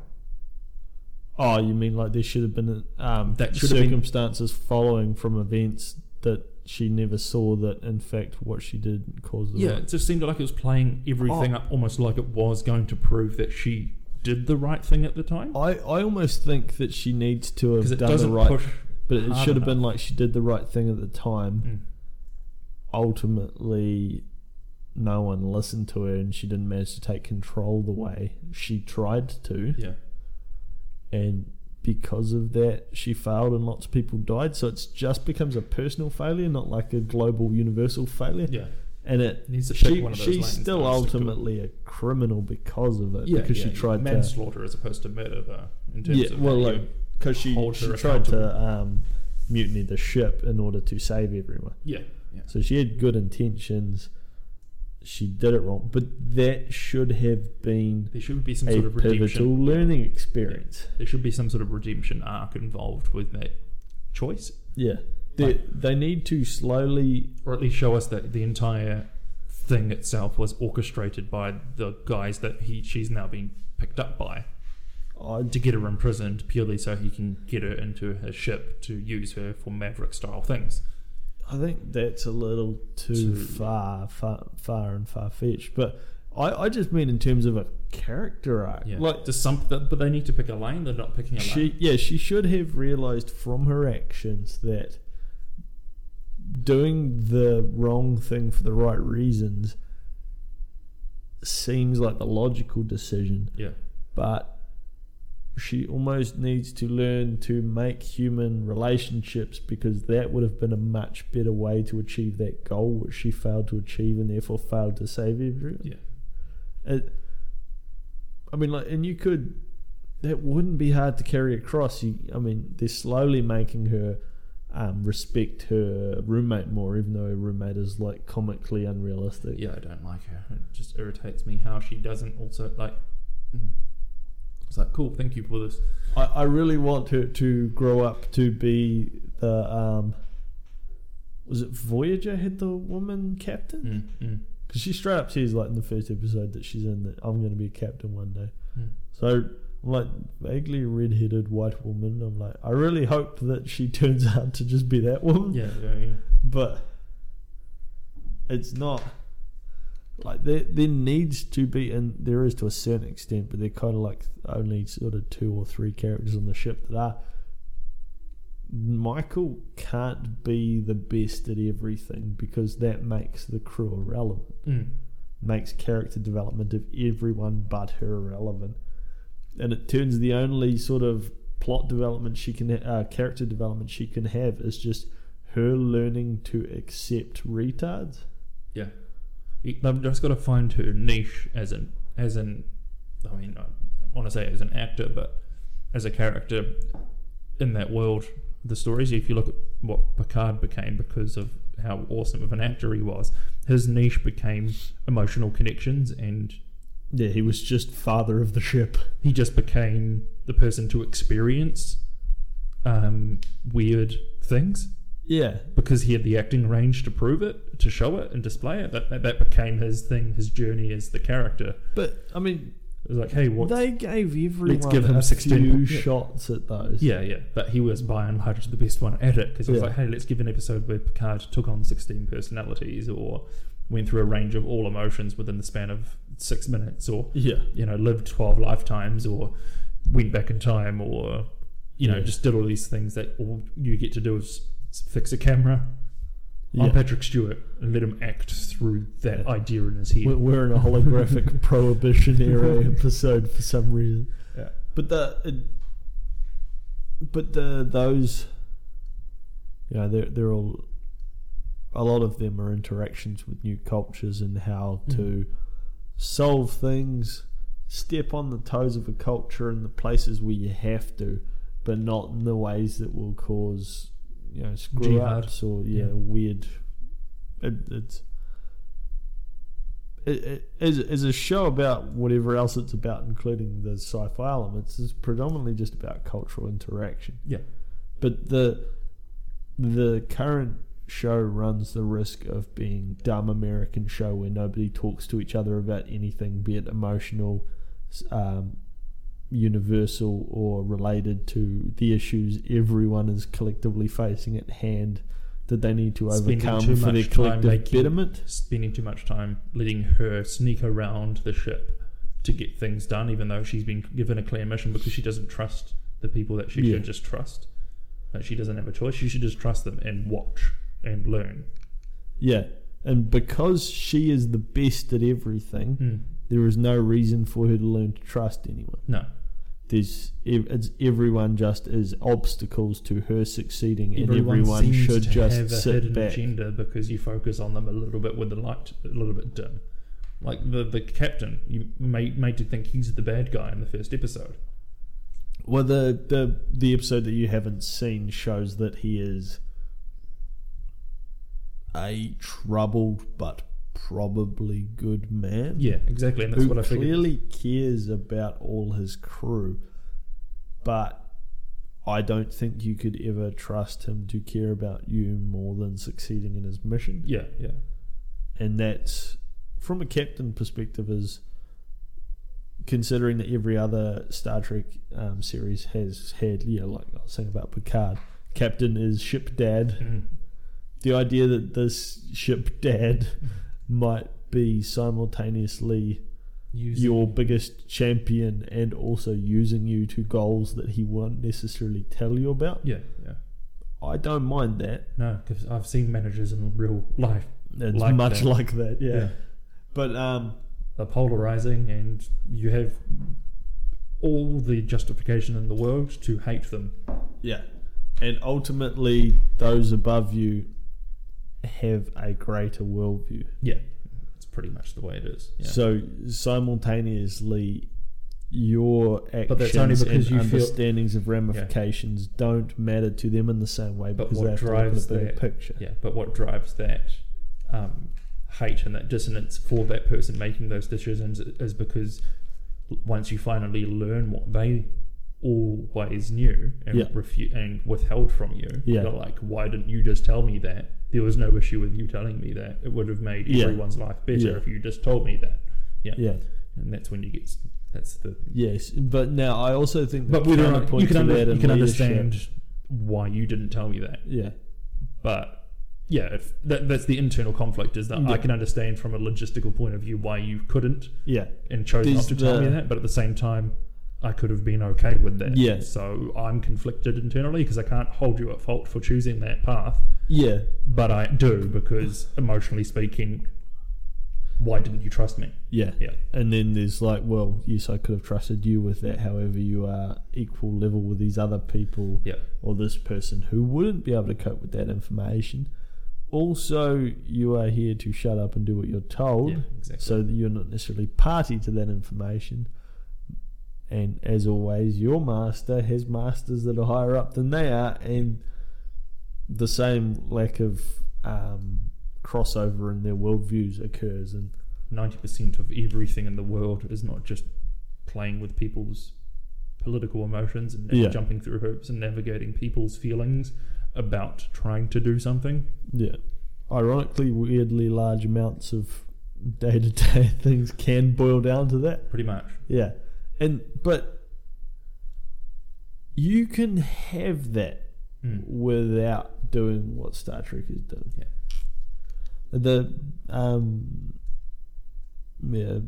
[SPEAKER 1] Oh, you mean like there should have been um,
[SPEAKER 2] That should have been-
[SPEAKER 1] circumstances following from events that she never saw that in fact what she did caused the
[SPEAKER 2] Yeah, it just seemed like it was playing everything
[SPEAKER 1] Oh.
[SPEAKER 2] up almost like it was going to prove that she did the right thing at the time.
[SPEAKER 1] I, I almost think that she needs to
[SPEAKER 2] Because it
[SPEAKER 1] have done the
[SPEAKER 2] doesn't
[SPEAKER 1] right,
[SPEAKER 2] push.
[SPEAKER 1] but it
[SPEAKER 2] hard
[SPEAKER 1] should have
[SPEAKER 2] enough.
[SPEAKER 1] been like she did the right thing at the time.
[SPEAKER 2] Mm.
[SPEAKER 1] Ultimately, no one listened to her, and she didn't manage to take control the way she tried to.
[SPEAKER 2] Yeah.
[SPEAKER 1] and because of that she failed and lots of people died so it's just becomes a personal failure not like a global universal failure
[SPEAKER 2] Yeah.
[SPEAKER 1] and it
[SPEAKER 2] Needs to pick
[SPEAKER 1] she,
[SPEAKER 2] one of those
[SPEAKER 1] she's
[SPEAKER 2] lanes that
[SPEAKER 1] still
[SPEAKER 2] I'll stick to.
[SPEAKER 1] ultimately a criminal because of it because she tried to
[SPEAKER 2] manslaughter as opposed to murder, though. In terms
[SPEAKER 1] yeah
[SPEAKER 2] of
[SPEAKER 1] well
[SPEAKER 2] how
[SPEAKER 1] like
[SPEAKER 2] you-
[SPEAKER 1] because she,
[SPEAKER 2] hold
[SPEAKER 1] she
[SPEAKER 2] her
[SPEAKER 1] tried to
[SPEAKER 2] accountable.
[SPEAKER 1] um, mutiny the ship in order to save everyone
[SPEAKER 2] yeah, yeah,
[SPEAKER 1] so she had good intentions she did it wrong but that should have been
[SPEAKER 2] there should be some
[SPEAKER 1] a
[SPEAKER 2] sort of
[SPEAKER 1] pivotal
[SPEAKER 2] redemption.
[SPEAKER 1] learning experience
[SPEAKER 2] There should be some sort of redemption arc involved with that choice,
[SPEAKER 1] yeah they, they need to slowly
[SPEAKER 2] or at least show us that the entire thing itself was orchestrated by the guys that he she's now being picked up by
[SPEAKER 1] I
[SPEAKER 2] to get her imprisoned purely so he can get her into his ship to use her for maverick style things.
[SPEAKER 1] I think that's a little too
[SPEAKER 2] Too-
[SPEAKER 1] far, far, far and far fetched. But I, I just mean in terms of a character arc.
[SPEAKER 2] Yeah,
[SPEAKER 1] Like
[SPEAKER 2] just something. But they need to pick a lane. They're not picking a lane.
[SPEAKER 1] she, yeah, she should have realized from her actions that doing the wrong thing for the right reasons seems like the logical decision,
[SPEAKER 2] yeah,
[SPEAKER 1] but she almost needs to learn to make human relationships because that would have been a much better way to achieve that goal which she failed to achieve and therefore failed to save everyone.
[SPEAKER 2] yeah.
[SPEAKER 1] It, Uh, I mean, like, and you could that wouldn't be hard to carry across. You, I mean, they're slowly making her um, respect her roommate more, even though her roommate is like comically unrealistic.
[SPEAKER 2] Yeah, I don't like her. It just irritates me how she doesn't also like. Mm. It's like, cool, thank you for this.
[SPEAKER 1] I, I really want her to grow up to be the um was it Voyager had the woman captain?
[SPEAKER 2] Mm, mm,
[SPEAKER 1] Because she straight up says like in the first episode that she's in that I'm gonna be a captain one day.
[SPEAKER 2] mm.
[SPEAKER 1] So I'm like vaguely red headed white woman. I'm like I really hope that she turns out to just be that woman.
[SPEAKER 2] Yeah, yeah, yeah.
[SPEAKER 1] But it's not like there there needs to be and there is to a certain extent, but they're kinda like only sort of two or three characters on the ship that are Michael can't be the best at everything because that makes the crew irrelevant
[SPEAKER 2] Mm.
[SPEAKER 1] makes character development of everyone but her irrelevant, and it turns the only sort of plot development she can, uh, character development she can have is just her learning to accept retards.
[SPEAKER 2] Yeah. You- They've just got to find her niche as an as an I mean I want to say as an actor, but as a character in that world, the stories. If you look at what Picard became because of how awesome of an actor he was, his niche became emotional connections, and
[SPEAKER 1] Yeah, he was just father of the ship.
[SPEAKER 2] he just became the person to experience um, weird things
[SPEAKER 1] Yeah,
[SPEAKER 2] because he had the acting range to prove it, to show it, and display it. That that, that became his thing, his journey as the character.
[SPEAKER 1] but I mean,
[SPEAKER 2] It was like, hey, what?
[SPEAKER 1] They gave everyone
[SPEAKER 2] give him
[SPEAKER 1] a
[SPEAKER 2] 16.
[SPEAKER 1] few
[SPEAKER 2] Yeah.
[SPEAKER 1] shots at those.
[SPEAKER 2] Yeah, yeah. But he was by and large the best one at it because it was
[SPEAKER 1] Yeah.
[SPEAKER 2] like, hey, let's give an episode where Picard took on 16 personalities or went through a range of all emotions within the span of six minutes or,
[SPEAKER 1] Yeah.
[SPEAKER 2] you know, lived 12 lifetimes or went back in time or, you know,
[SPEAKER 1] Yeah.
[SPEAKER 2] just did all these things that all you get to do is fix a camera
[SPEAKER 1] yeah.
[SPEAKER 2] on Patrick Stewart and let him act through that
[SPEAKER 1] Yeah.
[SPEAKER 2] idea in his head.
[SPEAKER 1] We're, we're in a holographic prohibition era episode for some reason.
[SPEAKER 2] Yeah.
[SPEAKER 1] But the, it, but the those, you know, they're they're all. A lot of them are interactions with new cultures and how
[SPEAKER 2] Mhm.
[SPEAKER 1] to solve things, step on the toes of a culture in the places where you have to, but not in the ways that will cause you know screw
[SPEAKER 2] Jihad.
[SPEAKER 1] ups or yeah,
[SPEAKER 2] Yeah.
[SPEAKER 1] weird. It, it's it, it, as, as a show about whatever else it's about, including the sci-fi elements, is predominantly just about cultural interaction.
[SPEAKER 2] Yeah.
[SPEAKER 1] But the the current show runs the risk of being dumb American show where nobody talks to each other about anything, be it emotional, s- um, universal, or related to the issues everyone is collectively facing at hand that they need to
[SPEAKER 2] Spending
[SPEAKER 1] overcome
[SPEAKER 2] too
[SPEAKER 1] for their
[SPEAKER 2] much time
[SPEAKER 1] collective
[SPEAKER 2] making-
[SPEAKER 1] betterment.
[SPEAKER 2] spending too much time letting her sneak around the ship to get things done, even though she's been given a clear mission because she doesn't trust the people that she
[SPEAKER 1] Yeah.
[SPEAKER 2] should just trust. That she doesn't have a choice. She should just trust them and watch and learn.
[SPEAKER 1] Yeah. And because she is the best at everything,
[SPEAKER 2] Hmm.
[SPEAKER 1] there is no reason for her to learn to trust anyone.
[SPEAKER 2] No,
[SPEAKER 1] There's ev- it's everyone just is obstacles to her succeeding, and
[SPEAKER 2] everyone,
[SPEAKER 1] everyone,
[SPEAKER 2] seems
[SPEAKER 1] should
[SPEAKER 2] to
[SPEAKER 1] just
[SPEAKER 2] have a
[SPEAKER 1] sit
[SPEAKER 2] hidden
[SPEAKER 1] back.
[SPEAKER 2] agenda because you focus on them a little bit with the light a little bit dim. Like the the captain, you made made to think he's the bad guy in the first episode.
[SPEAKER 1] Well, the, the the episode that you haven't seen shows that he is a troubled but probably good man.
[SPEAKER 2] Yeah, exactly, and that's
[SPEAKER 1] who
[SPEAKER 2] what I figured.
[SPEAKER 1] clearly cares about all his crew, but I don't think you could ever trust him to care about you more than succeeding in his mission.
[SPEAKER 2] yeah, yeah,
[SPEAKER 1] And that's from a captain perspective is considering that every other Star Trek um, series has had, you know, like I was saying about Picard, captain is ship dad
[SPEAKER 2] Mm.
[SPEAKER 1] the idea that this ship dad might be simultaneously
[SPEAKER 2] Using-
[SPEAKER 1] your biggest champion and also using you to goals that he won't necessarily tell you about.
[SPEAKER 2] yeah, yeah.
[SPEAKER 1] I don't mind that.
[SPEAKER 2] No, because I've seen managers in real life.
[SPEAKER 1] It's
[SPEAKER 2] Like
[SPEAKER 1] much
[SPEAKER 2] that.
[SPEAKER 1] like that, yeah. But um,
[SPEAKER 2] They're polarizing, and you have all the justification in the world to hate them.
[SPEAKER 1] yeah, and ultimately those above you have a greater worldview.
[SPEAKER 2] Yeah, it's pretty much the way it is. Yeah.
[SPEAKER 1] So simultaneously, your actions
[SPEAKER 2] that's only because
[SPEAKER 1] and
[SPEAKER 2] you feel-
[SPEAKER 1] understandings of ramifications don't matter to them in the same way
[SPEAKER 2] But
[SPEAKER 1] because
[SPEAKER 2] what
[SPEAKER 1] they have to look
[SPEAKER 2] drives
[SPEAKER 1] at the bigger
[SPEAKER 2] that-
[SPEAKER 1] picture.
[SPEAKER 2] yeah, but what drives that um, hate and that dissonance for that person making those decisions is because once you finally learn what they always knew and
[SPEAKER 1] Yeah.
[SPEAKER 2] refu- and withheld from you,
[SPEAKER 1] Yeah.
[SPEAKER 2] you're like, why didn't you just tell me that? There was no issue with you telling me that. It would have made
[SPEAKER 1] Yeah.
[SPEAKER 2] everyone's life better
[SPEAKER 1] Yeah.
[SPEAKER 2] if you just told me that. Yeah.
[SPEAKER 1] Yeah.
[SPEAKER 2] and that's when you get s- that's the.
[SPEAKER 1] Yes, but now I also think
[SPEAKER 2] But whether or not
[SPEAKER 1] counterpoint
[SPEAKER 2] you can,
[SPEAKER 1] to
[SPEAKER 2] under-
[SPEAKER 1] that in
[SPEAKER 2] you can
[SPEAKER 1] leadership-
[SPEAKER 2] understand why you didn't tell me that.
[SPEAKER 1] Yeah,
[SPEAKER 2] but yeah, if that, that's the internal conflict is that
[SPEAKER 1] Yeah.
[SPEAKER 2] I can understand from a logistical point of view why you couldn't
[SPEAKER 1] yeah,
[SPEAKER 2] and chose
[SPEAKER 1] There's
[SPEAKER 2] not to tell me
[SPEAKER 1] the-
[SPEAKER 2] that, but at the same time, I could have been okay with that.
[SPEAKER 1] Yeah.
[SPEAKER 2] So I'm conflicted internally because I can't hold you at fault for choosing that path,
[SPEAKER 1] yeah,
[SPEAKER 2] but I do because emotionally speaking, why didn't you trust me?
[SPEAKER 1] yeah,
[SPEAKER 2] Yeah.
[SPEAKER 1] And then there's like, well, yes, I could have trusted you with that. However, you are equal level with these other people.
[SPEAKER 2] Yeah.
[SPEAKER 1] or this person who wouldn't be able to cope with that information. Also, you are here to shut up and do what you're told,
[SPEAKER 2] Yeah, exactly.
[SPEAKER 1] so that you're not necessarily party to that information. And as always, your master has masters that are higher up than they are, and the same lack of um, crossover in their worldviews occurs. And
[SPEAKER 2] 90% of everything in the world is not just playing with people's political emotions and
[SPEAKER 1] Yeah.
[SPEAKER 2] jumping through hoops and navigating people's feelings about trying to do something.
[SPEAKER 1] yeah, ironically, weirdly large amounts of day to day things can boil down to that.
[SPEAKER 2] pretty much.
[SPEAKER 1] Yeah. And but you can have that
[SPEAKER 2] Mm.
[SPEAKER 1] without doing what Star Trek is doing.
[SPEAKER 2] Yeah.
[SPEAKER 1] The um yeah,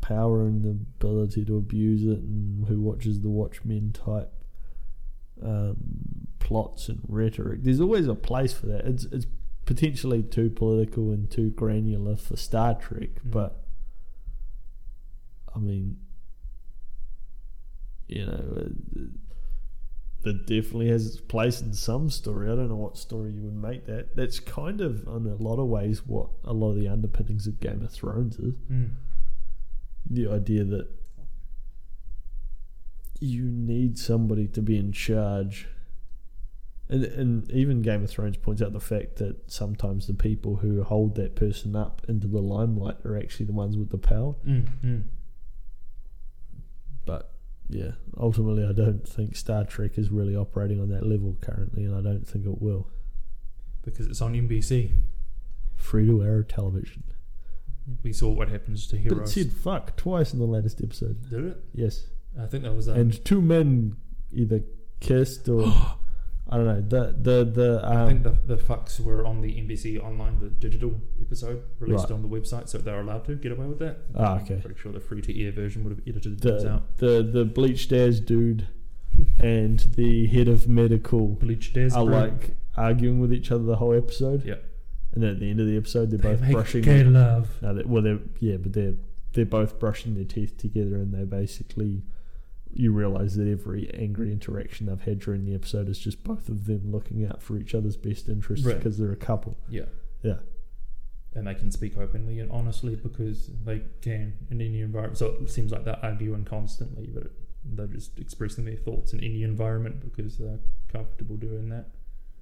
[SPEAKER 1] power and the ability to abuse it and who watches the watchmen type um, plots and rhetoric. There's always a place for that. It's it's potentially too political and too granular for Star Trek,
[SPEAKER 2] Mm.
[SPEAKER 1] but I mean, you know, it, it definitely has its place in some story. I don't know what story you would make that. That's kind of, in a lot of ways, what a lot of the underpinnings of Game of Thrones is
[SPEAKER 2] Mm.
[SPEAKER 1] the idea that you need somebody to be in charge. And, and even Game of Thrones points out the fact that sometimes the people who hold that person up into the limelight are actually the ones with the power.
[SPEAKER 2] Mm. Mm.
[SPEAKER 1] But yeah, ultimately, I don't think Star Trek is really operating on that level currently, and I don't think it will.
[SPEAKER 2] Because it's on NBC.
[SPEAKER 1] Free to air television.
[SPEAKER 2] We saw what happens to
[SPEAKER 1] But it
[SPEAKER 2] heroes.
[SPEAKER 1] said fuck twice in the latest episode.
[SPEAKER 2] Did it?
[SPEAKER 1] Yes.
[SPEAKER 2] I think that was um,
[SPEAKER 1] and two men either kissed or I don't know the the the
[SPEAKER 2] I think
[SPEAKER 1] um,
[SPEAKER 2] the, the fucks were on the NBC Online, the digital episode released
[SPEAKER 1] Right.
[SPEAKER 2] on the website, so they're allowed to get away with that.
[SPEAKER 1] Ah, okay.
[SPEAKER 2] I'm pretty sure the free to air version would have edited those
[SPEAKER 1] the,
[SPEAKER 2] out.
[SPEAKER 1] the the bleached as dude and the head of medical
[SPEAKER 2] Bleached as
[SPEAKER 1] are
[SPEAKER 2] bro.
[SPEAKER 1] like arguing with each other the whole episode.
[SPEAKER 2] Yep.
[SPEAKER 1] And then at the end of the episode, they're
[SPEAKER 2] They
[SPEAKER 1] both
[SPEAKER 2] make
[SPEAKER 1] brushing.
[SPEAKER 2] gay love.
[SPEAKER 1] No, they, well, they're yeah, but they're they're both brushing their teeth together, and they're basically. You realise that every angry interaction I've had during the episode is just both of them looking out for each other's best interests
[SPEAKER 2] Right.
[SPEAKER 1] because they're a couple.
[SPEAKER 2] Yeah.
[SPEAKER 1] Yeah.
[SPEAKER 2] And they can speak openly and honestly because they can in any environment. So it seems like they're arguing constantly, but it, they're just expressing their thoughts in any environment because they're comfortable doing that.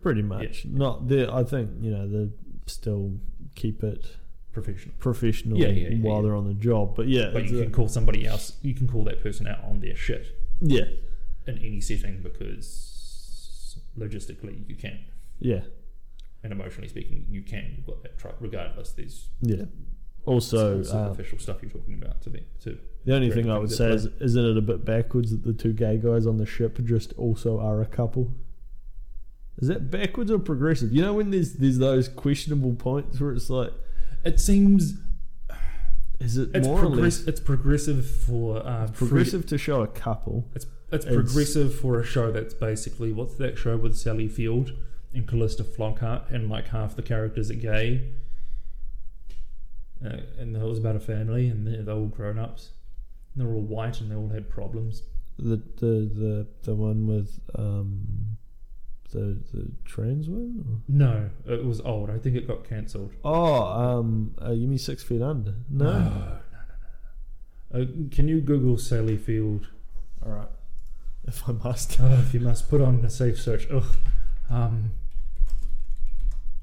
[SPEAKER 1] Pretty much. Not the I think, you know, they still keep it
[SPEAKER 2] Professional.
[SPEAKER 1] professional
[SPEAKER 2] Yeah, yeah, yeah,
[SPEAKER 1] while
[SPEAKER 2] yeah.
[SPEAKER 1] they're on the job. But yeah,
[SPEAKER 2] But
[SPEAKER 1] it's
[SPEAKER 2] you
[SPEAKER 1] a-
[SPEAKER 2] can call somebody else, you can call that person out on their shit.
[SPEAKER 1] yeah,
[SPEAKER 2] in any setting because logistically you can
[SPEAKER 1] yeah,
[SPEAKER 2] and emotionally speaking you can you've got that tri regardless there's
[SPEAKER 1] yeah. Also,
[SPEAKER 2] some
[SPEAKER 1] uh,
[SPEAKER 2] superficial stuff you're talking about to them too
[SPEAKER 1] the only
[SPEAKER 2] correct
[SPEAKER 1] thing I
[SPEAKER 2] things
[SPEAKER 1] would
[SPEAKER 2] that
[SPEAKER 1] say is, isn't it a bit backwards that the two gay guys on the ship just also are a couple? Is that backwards or progressive? You know when there's there's those questionable points where it's like,
[SPEAKER 2] it seems
[SPEAKER 1] is it
[SPEAKER 2] it's,
[SPEAKER 1] more or less
[SPEAKER 2] progress- it's progressive for uh, free-
[SPEAKER 1] progressive to show a couple?
[SPEAKER 2] it's, it's
[SPEAKER 1] It's-
[SPEAKER 2] progressive for a show that's basically what's that show with Sally Field and Callista Flockhart and like half the characters are gay uh, and it was about a family and they're, they're all grown ups and they're all white and they all had problems
[SPEAKER 1] The the the, the one with um, the the trans one. Or?
[SPEAKER 2] No, it was old. I think it got cancelled.
[SPEAKER 1] Oh, um, uh, you mean Six Feet Under? No.
[SPEAKER 2] Uh, can you Google Sally Field?
[SPEAKER 1] All right. If I must.
[SPEAKER 2] Oh, if you must put on a safe search. Ugh. Um,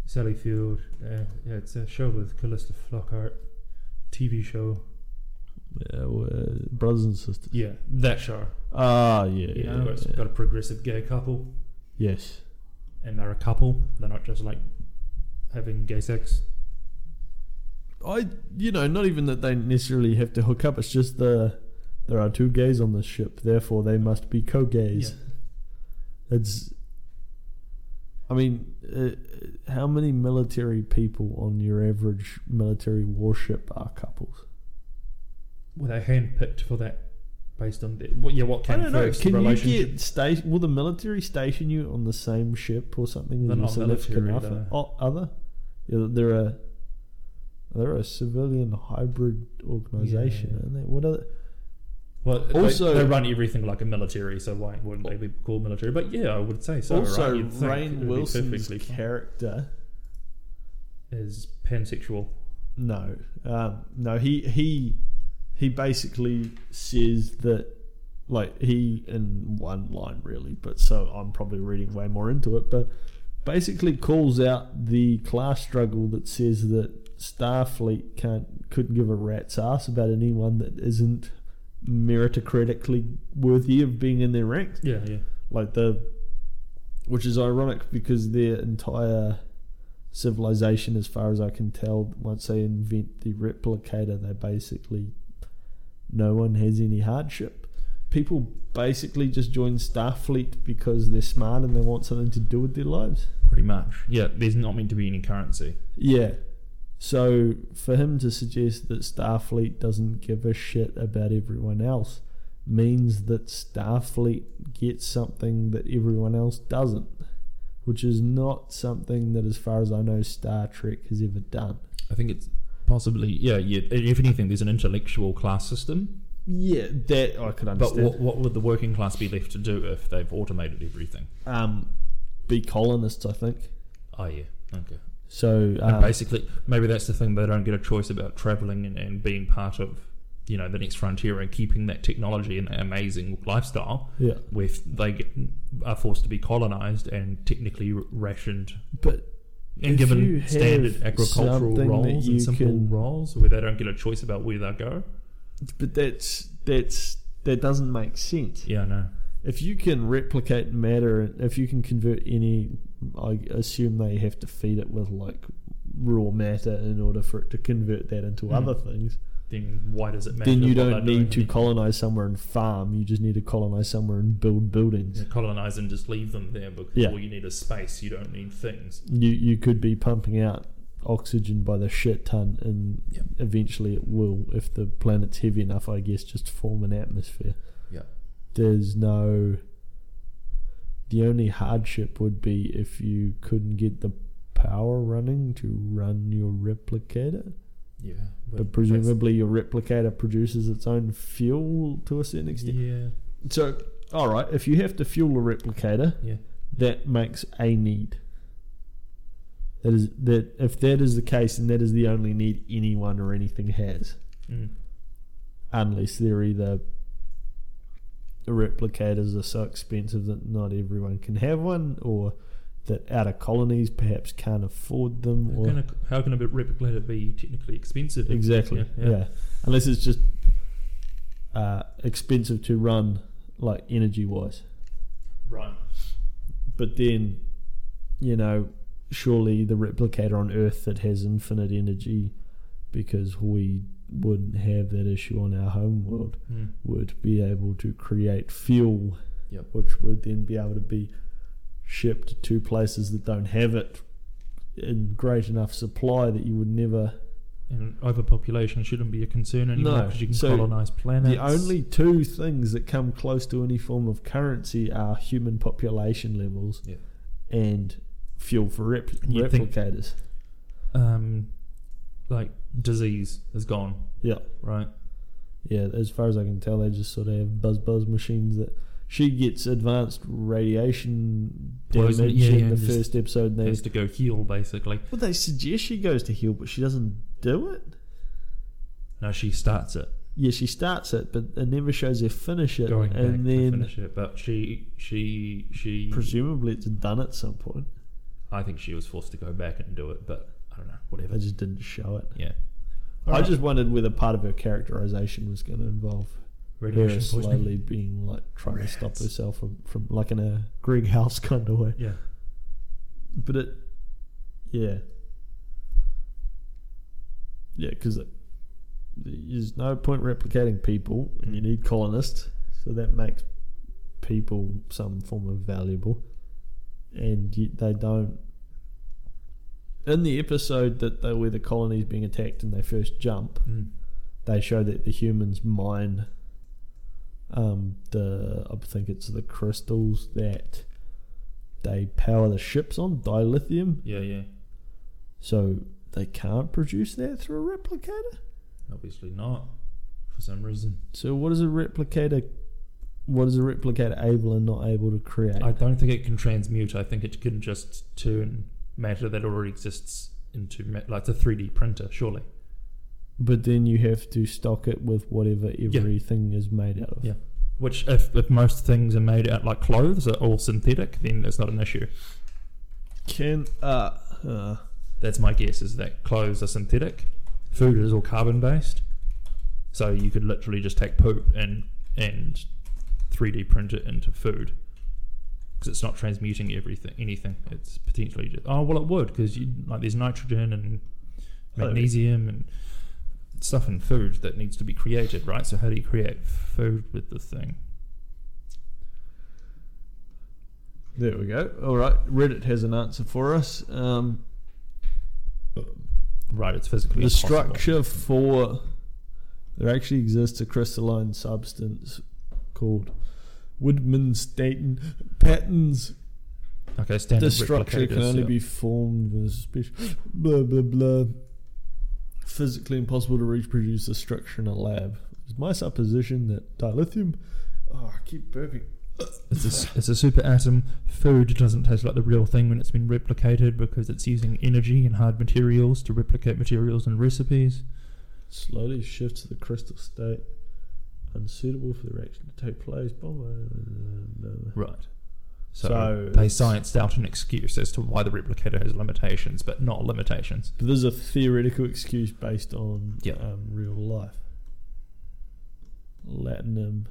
[SPEAKER 2] Sally Field. Uh, yeah, it's a show with Callista Flockhart. TV show.
[SPEAKER 1] Yeah, well, uh, brothers and sisters.
[SPEAKER 2] Yeah, that show.
[SPEAKER 1] Ah, yeah,
[SPEAKER 2] You
[SPEAKER 1] yeah,
[SPEAKER 2] know, it's
[SPEAKER 1] yeah.
[SPEAKER 2] got a progressive gay couple,
[SPEAKER 1] Yes.
[SPEAKER 2] and they're a couple. They're not just like having gay sex.
[SPEAKER 1] I, you know, not even that they necessarily have to hook up. It's just the there are two gays on this ship, therefore they must be co-gays. It's. I mean, uh, how many military people on your average military warship are couples?
[SPEAKER 2] Were they handpicked for that based on their. Well, yeah, what
[SPEAKER 1] I
[SPEAKER 2] came
[SPEAKER 1] don't know.
[SPEAKER 2] first? the
[SPEAKER 1] Can you
[SPEAKER 2] relationship
[SPEAKER 1] get station? Will the military station you on the same ship or something?
[SPEAKER 2] They're
[SPEAKER 1] as your
[SPEAKER 2] not
[SPEAKER 1] significant
[SPEAKER 2] military,
[SPEAKER 1] other?
[SPEAKER 2] though.
[SPEAKER 1] Oh, other? Yeah, they're a they're a civilian hybrid organization,
[SPEAKER 2] Yeah.
[SPEAKER 1] aren't they? What other?
[SPEAKER 2] Well, they-
[SPEAKER 1] Also-
[SPEAKER 2] they, run everything like a military, so why wouldn't they be called military? But yeah, I would say so.
[SPEAKER 1] also,
[SPEAKER 2] right? You'd think it would
[SPEAKER 1] Rain
[SPEAKER 2] be
[SPEAKER 1] Wilson's
[SPEAKER 2] perfectly fine.
[SPEAKER 1] character.
[SPEAKER 2] is pansexual.
[SPEAKER 1] No, um, no. He he he basically says that, like he in one line really, but so I'm probably reading way more into it. But basically calls out the class struggle that says that Starfleet can't couldn't give a rat's ass about anyone that isn't meritocratically worthy of being in their ranks
[SPEAKER 2] Yeah, yeah.
[SPEAKER 1] like the which is ironic because their entire civilization, as far as I can tell, once they invent the replicator, they basically no one has any hardship. People basically just join Starfleet because they're smart and they want something to do with their lives.
[SPEAKER 2] Pretty much. Yeah, there's not meant to be any currency.
[SPEAKER 1] Yeah. So for him to suggest that Starfleet doesn't give a shit about everyone else means that Starfleet gets something that everyone else doesn't, which is not something that, as far as I know, Star Trek has ever done.
[SPEAKER 2] I think it's possibly yeah. yeah if anything, there's an intellectual class system.
[SPEAKER 1] Yeah, that I could
[SPEAKER 2] But
[SPEAKER 1] understand.
[SPEAKER 2] what, what would the working class be left to do if they've automated everything?
[SPEAKER 1] um, be colonists, I think.
[SPEAKER 2] Oh yeah. Okay.
[SPEAKER 1] So
[SPEAKER 2] And
[SPEAKER 1] um,
[SPEAKER 2] basically, maybe that's the thing they don't get a choice about traveling and, and being part of, you know, the next frontier and keeping that technology and that amazing lifestyle.
[SPEAKER 1] yeah,
[SPEAKER 2] Where f- they get, are forced to be colonized and technically r- rationed
[SPEAKER 1] but
[SPEAKER 2] and
[SPEAKER 1] If you
[SPEAKER 2] given
[SPEAKER 1] have
[SPEAKER 2] standard agricultural
[SPEAKER 1] something that
[SPEAKER 2] roles
[SPEAKER 1] you
[SPEAKER 2] and simple
[SPEAKER 1] can-
[SPEAKER 2] roles where they don't get a choice about where they go.
[SPEAKER 1] but that's that's that doesn't make sense.
[SPEAKER 2] Yeah, no.
[SPEAKER 1] if you can replicate matter, if you can convert any, I assume they have to feed it with like raw matter in order for it to convert that into
[SPEAKER 2] Mm.
[SPEAKER 1] other things.
[SPEAKER 2] Then why does it matter?
[SPEAKER 1] Then you
[SPEAKER 2] what
[SPEAKER 1] don't
[SPEAKER 2] they're
[SPEAKER 1] need to
[SPEAKER 2] doing?
[SPEAKER 1] colonize somewhere and farm. You just need to colonize somewhere and build buildings.
[SPEAKER 2] Yeah, colonize and just leave them there because
[SPEAKER 1] Yeah.
[SPEAKER 2] all you need is space. You don't need things.
[SPEAKER 1] You you could be pumping out oxygen by the shit ton, and
[SPEAKER 2] Yep.
[SPEAKER 1] eventually it will, if the planet's heavy enough, I guess, just form an atmosphere.
[SPEAKER 2] Yeah.
[SPEAKER 1] there's no the only hardship would be if you couldn't get the power running to run your replicator
[SPEAKER 2] Yeah.
[SPEAKER 1] but presumably your replicator produces its own fuel to a certain extent
[SPEAKER 2] Yeah.
[SPEAKER 1] so all right if you have to fuel a replicator
[SPEAKER 2] Yeah.
[SPEAKER 1] that makes a need that is that if that is the case then that is the only need anyone or anything has
[SPEAKER 2] Mm.
[SPEAKER 1] unless they're either the replicators are so expensive that not everyone can have one, or that outer colonies perhaps can't afford them,
[SPEAKER 2] How
[SPEAKER 1] or
[SPEAKER 2] can, a, how can a bit replicator be technically expensive?
[SPEAKER 1] exactly,
[SPEAKER 2] Yeah, yeah.
[SPEAKER 1] unless it's just uh, expensive to run, like energy wise.
[SPEAKER 2] Right.
[SPEAKER 1] But then, you know, surely the replicator on Earth that has infinite energy, because we wouldn't have that issue on our home world.
[SPEAKER 2] Mm.
[SPEAKER 1] would be able to create fuel,
[SPEAKER 2] Yep.
[SPEAKER 1] which would then be able to be shipped to places that don't have it in great enough supply that you would never.
[SPEAKER 2] And overpopulation shouldn't be a concern anymore
[SPEAKER 1] No,
[SPEAKER 2] because you can
[SPEAKER 1] so
[SPEAKER 2] colonize planets.
[SPEAKER 1] the only two things that come close to any form of currency are human population levels
[SPEAKER 2] Yeah.
[SPEAKER 1] and fuel for rep-
[SPEAKER 2] And you'd think-
[SPEAKER 1] replicators.
[SPEAKER 2] um, like disease is gone.
[SPEAKER 1] Yeah.
[SPEAKER 2] Right.
[SPEAKER 1] yeah, as far as I can tell, they just sort of have buzz buzz machines that. She gets advanced radiation damage
[SPEAKER 2] Poison, yeah,
[SPEAKER 1] in
[SPEAKER 2] yeah,
[SPEAKER 1] the
[SPEAKER 2] just-
[SPEAKER 1] first episode. And they
[SPEAKER 2] Has to go heal basically.
[SPEAKER 1] Well, they suggest she goes to heal, but she doesn't do it.
[SPEAKER 2] No, she starts it.
[SPEAKER 1] Yeah, she starts it, but it never shows her finish it,
[SPEAKER 2] Going back
[SPEAKER 1] and
[SPEAKER 2] to
[SPEAKER 1] then
[SPEAKER 2] finish it, but she she she.
[SPEAKER 1] presumably it's done at some point.
[SPEAKER 2] I think she was forced to go back and do it, but I don't know.
[SPEAKER 1] They
[SPEAKER 2] Whatever.
[SPEAKER 1] just didn't show it.
[SPEAKER 2] Yeah.
[SPEAKER 1] I just wondered whether part of her characterization was going to involve her
[SPEAKER 2] Radiation poisoning.
[SPEAKER 1] slowly being like trying to stop
[SPEAKER 2] Rats.
[SPEAKER 1] herself from, from like in a Greg House kind of way.
[SPEAKER 2] Yeah.
[SPEAKER 1] But it, yeah, yeah, because there's no point replicating people, and you need colonists, so that makes people some form of valuable, and yet they don't. In the episode that they where the colony's being attacked and they first jump,
[SPEAKER 2] Mm.
[SPEAKER 1] they show that the humans mine um, the I think it's the crystals that they power the ships on dilithium,
[SPEAKER 2] Yeah. Yeah.
[SPEAKER 1] so they can't produce that through a replicator.
[SPEAKER 2] Obviously not. For some reason.
[SPEAKER 1] So what is a replicator? What is a replicator able and not able to create?
[SPEAKER 2] I don't think it can transmute. I think it can just turn matter that already exists into ma- like a 3D printer, surely.
[SPEAKER 1] but then you have to stock it with whatever everything is made out of.
[SPEAKER 2] Yeah. Which, if, if most things are made out like clothes are all synthetic, then that's not an issue.
[SPEAKER 1] Can uh, uh
[SPEAKER 2] That's my guess is that clothes are synthetic, food is all carbon based, so you could literally just take poop and and 3D print it into food. because it's not transmuting everything anything. It's potentially just, oh well, it would because like there's nitrogen and
[SPEAKER 1] Oh.
[SPEAKER 2] magnesium and stuff in food that needs to be created, right? So how do you create food with the thing?
[SPEAKER 1] There we go. All right, Reddit has an answer for us. Um,
[SPEAKER 2] Right, it's physically
[SPEAKER 1] the
[SPEAKER 2] impossible.
[SPEAKER 1] structure for there actually exists a crystalline substance called Woodman's Dayton patterns.
[SPEAKER 2] Okay, standard
[SPEAKER 1] This structure can
[SPEAKER 2] replicators,
[SPEAKER 1] only
[SPEAKER 2] yeah.
[SPEAKER 1] be formed with special blah blah blah. Physically impossible to reproduce the structure in a lab. It's my supposition that dilithium. Oh, I keep burping.
[SPEAKER 2] It's a, s- it's a super atom. Food doesn't taste like the real thing when it's been replicated because it's using energy and hard materials to replicate materials and recipes.
[SPEAKER 1] Slowly shifts to the crystal state, unsuitable for the reaction to take place. Blah, blah, blah, blah.
[SPEAKER 2] Right. So,
[SPEAKER 1] So
[SPEAKER 2] they
[SPEAKER 1] it's-
[SPEAKER 2] scienced out an excuse as to why the replicator has limitations, but not limitations.
[SPEAKER 1] But there's a theoretical excuse based on
[SPEAKER 2] Yeah.
[SPEAKER 1] um, real life. Latinum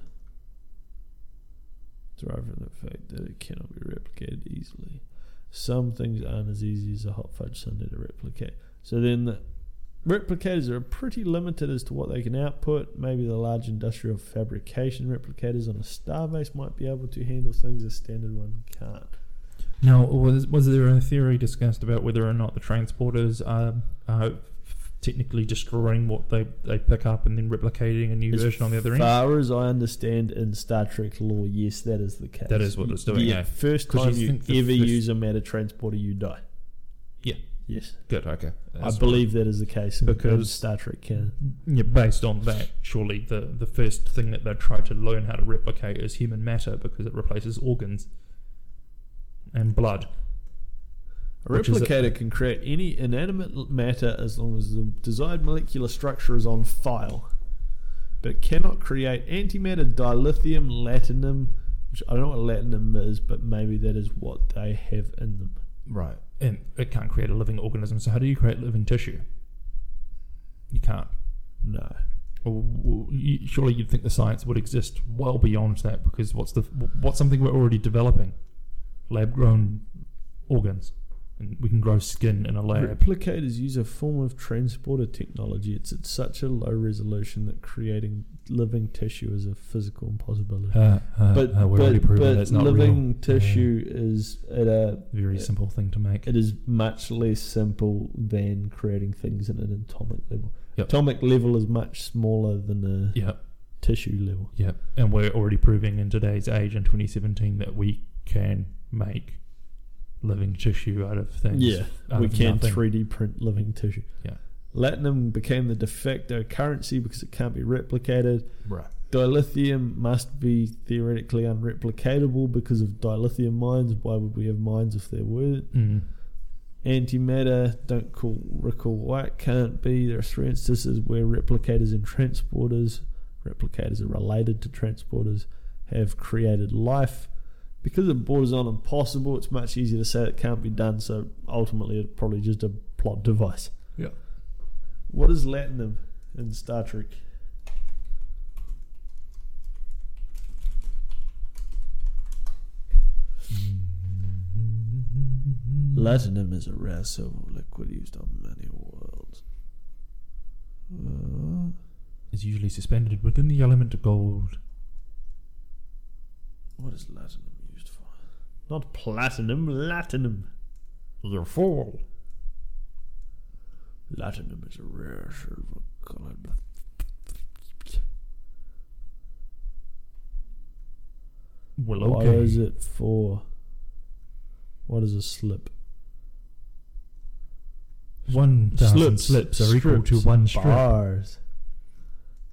[SPEAKER 1] derived from the fact that it cannot be replicated easily. Some things aren't as easy as a hot fudge sundae to replicate. So then the replicators are pretty limited as to what they can output. Maybe the large industrial fabrication replicators on a star base might be able to handle things a standard one can't.
[SPEAKER 2] Now, was, was there a theory discussed about whether or not the transporters are, are technically destroying what they, they pick up and then replicating a new
[SPEAKER 1] As
[SPEAKER 2] version on the other end?
[SPEAKER 1] far as I understand in Star Trek lore, yes, that is the case.
[SPEAKER 2] That is what it's doing,
[SPEAKER 1] Yeah,
[SPEAKER 2] eh?
[SPEAKER 1] first
[SPEAKER 2] 'Cause
[SPEAKER 1] time
[SPEAKER 2] you
[SPEAKER 1] you,
[SPEAKER 2] think the
[SPEAKER 1] ever
[SPEAKER 2] first-
[SPEAKER 1] use a matter transporter, you die.
[SPEAKER 2] Yeah.
[SPEAKER 1] Yes,
[SPEAKER 2] Good, okay. That's
[SPEAKER 1] I believe that is the case in, in
[SPEAKER 2] Because-
[SPEAKER 1] Star Trek canon.
[SPEAKER 2] yeah, based on that, surely the, the first thing that they try to learn how to replicate is human matter because it replaces organs and blood.
[SPEAKER 1] A
[SPEAKER 2] Which is a-
[SPEAKER 1] replicator can create any inanimate l- matter as long as the desired molecular structure is on file, but cannot create antimatter, dilithium, latinum. Which I don't know what latinum is, but maybe that is what they have in them.
[SPEAKER 2] Right. And it can't create a living organism. So how do you create living tissue? You can't.
[SPEAKER 1] No.
[SPEAKER 2] Well, well, you- surely you'd think the science would exist well beyond that because what's the what's something we're already developing? Lab grown organs, and we can grow skin in a lab.
[SPEAKER 1] Replicators use a form of transporter technology. It's at such a low resolution that creating living tissue is a physical impossibility.
[SPEAKER 2] Uh, uh,
[SPEAKER 1] but
[SPEAKER 2] uh, we're already
[SPEAKER 1] but,
[SPEAKER 2] proving
[SPEAKER 1] but
[SPEAKER 2] that's not
[SPEAKER 1] living
[SPEAKER 2] real.
[SPEAKER 1] tissue is at a
[SPEAKER 2] Yeah. very simple thing to make.
[SPEAKER 1] it is much less simple than creating things in an atomic level.
[SPEAKER 2] Yep.
[SPEAKER 1] Atomic level is much smaller than a
[SPEAKER 2] Yeah,
[SPEAKER 1] tissue level.
[SPEAKER 2] yeah, and we're already proving in today's age in 2017 that we can make living tissue out of things.
[SPEAKER 1] Yeah,
[SPEAKER 2] out
[SPEAKER 1] we
[SPEAKER 2] of
[SPEAKER 1] can
[SPEAKER 2] nothing.
[SPEAKER 1] 3D print living tissue.
[SPEAKER 2] Yeah.
[SPEAKER 1] Latinum became the de facto currency because it can't be replicated.
[SPEAKER 2] Right.
[SPEAKER 1] Dilithium must be theoretically unreplicatable because of dilithium mines. Why would we have mines if there weren't?
[SPEAKER 2] Mm.
[SPEAKER 1] Antimatter, don't call, recall why it can't be. There are three instances where replicators and transporters, replicators are related to transporters, have created life. Because it borders on impossible, it's much easier to say it can't be done, so ultimately it's probably just a plot device.
[SPEAKER 2] Yeah.
[SPEAKER 1] What is Latinum in Star Trek? Latinum is a rare silver liquid used on many worlds. Uh,
[SPEAKER 2] Is usually suspended within the element of gold.
[SPEAKER 1] what is Latinum used for? Not platinum, Latinum.
[SPEAKER 2] Your fall.
[SPEAKER 1] Latinum is a rare silver colored.
[SPEAKER 2] Well,
[SPEAKER 1] Why
[SPEAKER 2] okay.
[SPEAKER 1] is it for? What is a slip?
[SPEAKER 2] One thousand slips, are equal to
[SPEAKER 1] strips,
[SPEAKER 2] one strip.
[SPEAKER 1] Bars.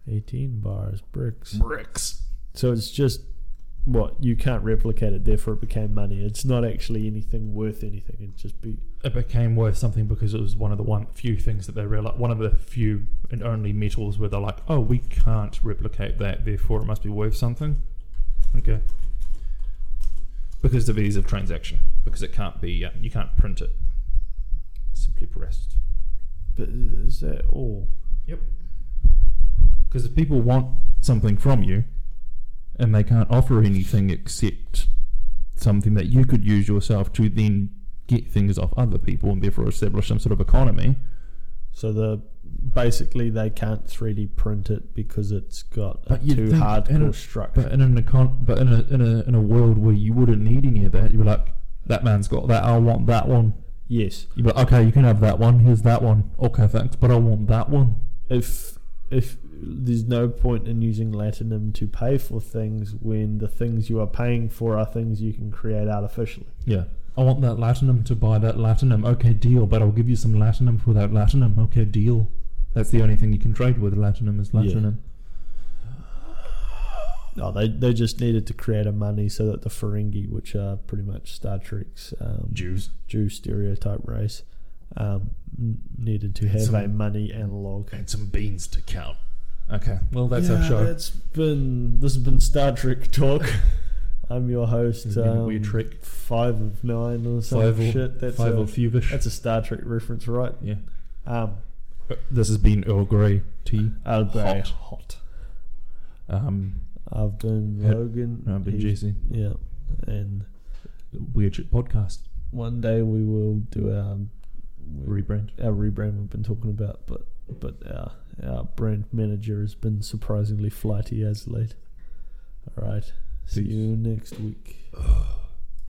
[SPEAKER 1] 18 bars, bricks.
[SPEAKER 2] Bricks.
[SPEAKER 1] So it's just what you can't replicate it, therefore it became money. It's not actually anything worth anything. It just be
[SPEAKER 2] It became worth something because it was one of the one few things that they realized, one of the few and only metals where they're like, oh, we can't replicate that, therefore it must be worth something. Okay. Because of ease of transaction, because it can't be, uh, you can't print it. Simply pressed.
[SPEAKER 1] But is that all?
[SPEAKER 2] Yep. Because if people want something from you, and they can't offer anything except something that you could use yourself to then get things off other people and therefore establish some sort of economy.
[SPEAKER 1] So the basically they can't 3D print it because it's got a
[SPEAKER 2] But you'd
[SPEAKER 1] too
[SPEAKER 2] think- and
[SPEAKER 1] hardcore
[SPEAKER 2] it- But
[SPEAKER 1] structure.
[SPEAKER 2] in an econ- but in a, in a in a world where you wouldn't need any of that, you'd be like, that man's got that. I want that one.
[SPEAKER 1] Yes,
[SPEAKER 2] You'd be like, okay, you can have that one. Here's that one. Okay, thanks, but I want that one.
[SPEAKER 1] if if there's no point in using latinum to pay for things when the things you are paying for are things you can create artificially.
[SPEAKER 2] Yeah. I want that latinum to buy that latinum. Okay, deal. But I'll give you some latinum for that latinum. Okay, deal. That's the only thing you can trade with latinum is
[SPEAKER 1] Yeah.
[SPEAKER 2] latinum.
[SPEAKER 1] No, Oh, they they just needed to create a money so that the Ferengi, which are pretty much Star Trek's um,
[SPEAKER 2] Jews.
[SPEAKER 1] Jew stereotype race, um, n- needed to have a money analog.
[SPEAKER 4] And some beans to count.
[SPEAKER 2] Okay. Well, that's our show.
[SPEAKER 1] It's been this has been Star Trek talk. I'm your host.
[SPEAKER 2] It's been a
[SPEAKER 1] Um,
[SPEAKER 2] weird trick.
[SPEAKER 1] Five of nine or some
[SPEAKER 2] Five or-
[SPEAKER 1] shit. That's
[SPEAKER 2] Five
[SPEAKER 1] a,
[SPEAKER 2] or fewish.
[SPEAKER 1] that's a Star Trek reference, right?
[SPEAKER 2] yeah.
[SPEAKER 1] Um,
[SPEAKER 2] Uh, This has been Earl Grey tea.
[SPEAKER 1] I'll be
[SPEAKER 2] Hot.
[SPEAKER 1] hot.
[SPEAKER 2] Um,
[SPEAKER 1] I've been
[SPEAKER 2] Yeah.
[SPEAKER 1] Logan.
[SPEAKER 2] I've been
[SPEAKER 1] He's-
[SPEAKER 2] Jesse.
[SPEAKER 1] Yeah, and
[SPEAKER 2] Weird Shit Podcast.
[SPEAKER 1] one day we will do our
[SPEAKER 2] Rebrand.
[SPEAKER 1] our rebrand we've been talking about, but but our our brand manager has been surprisingly flighty as late. All right, see
[SPEAKER 2] Peace.
[SPEAKER 1] you next week.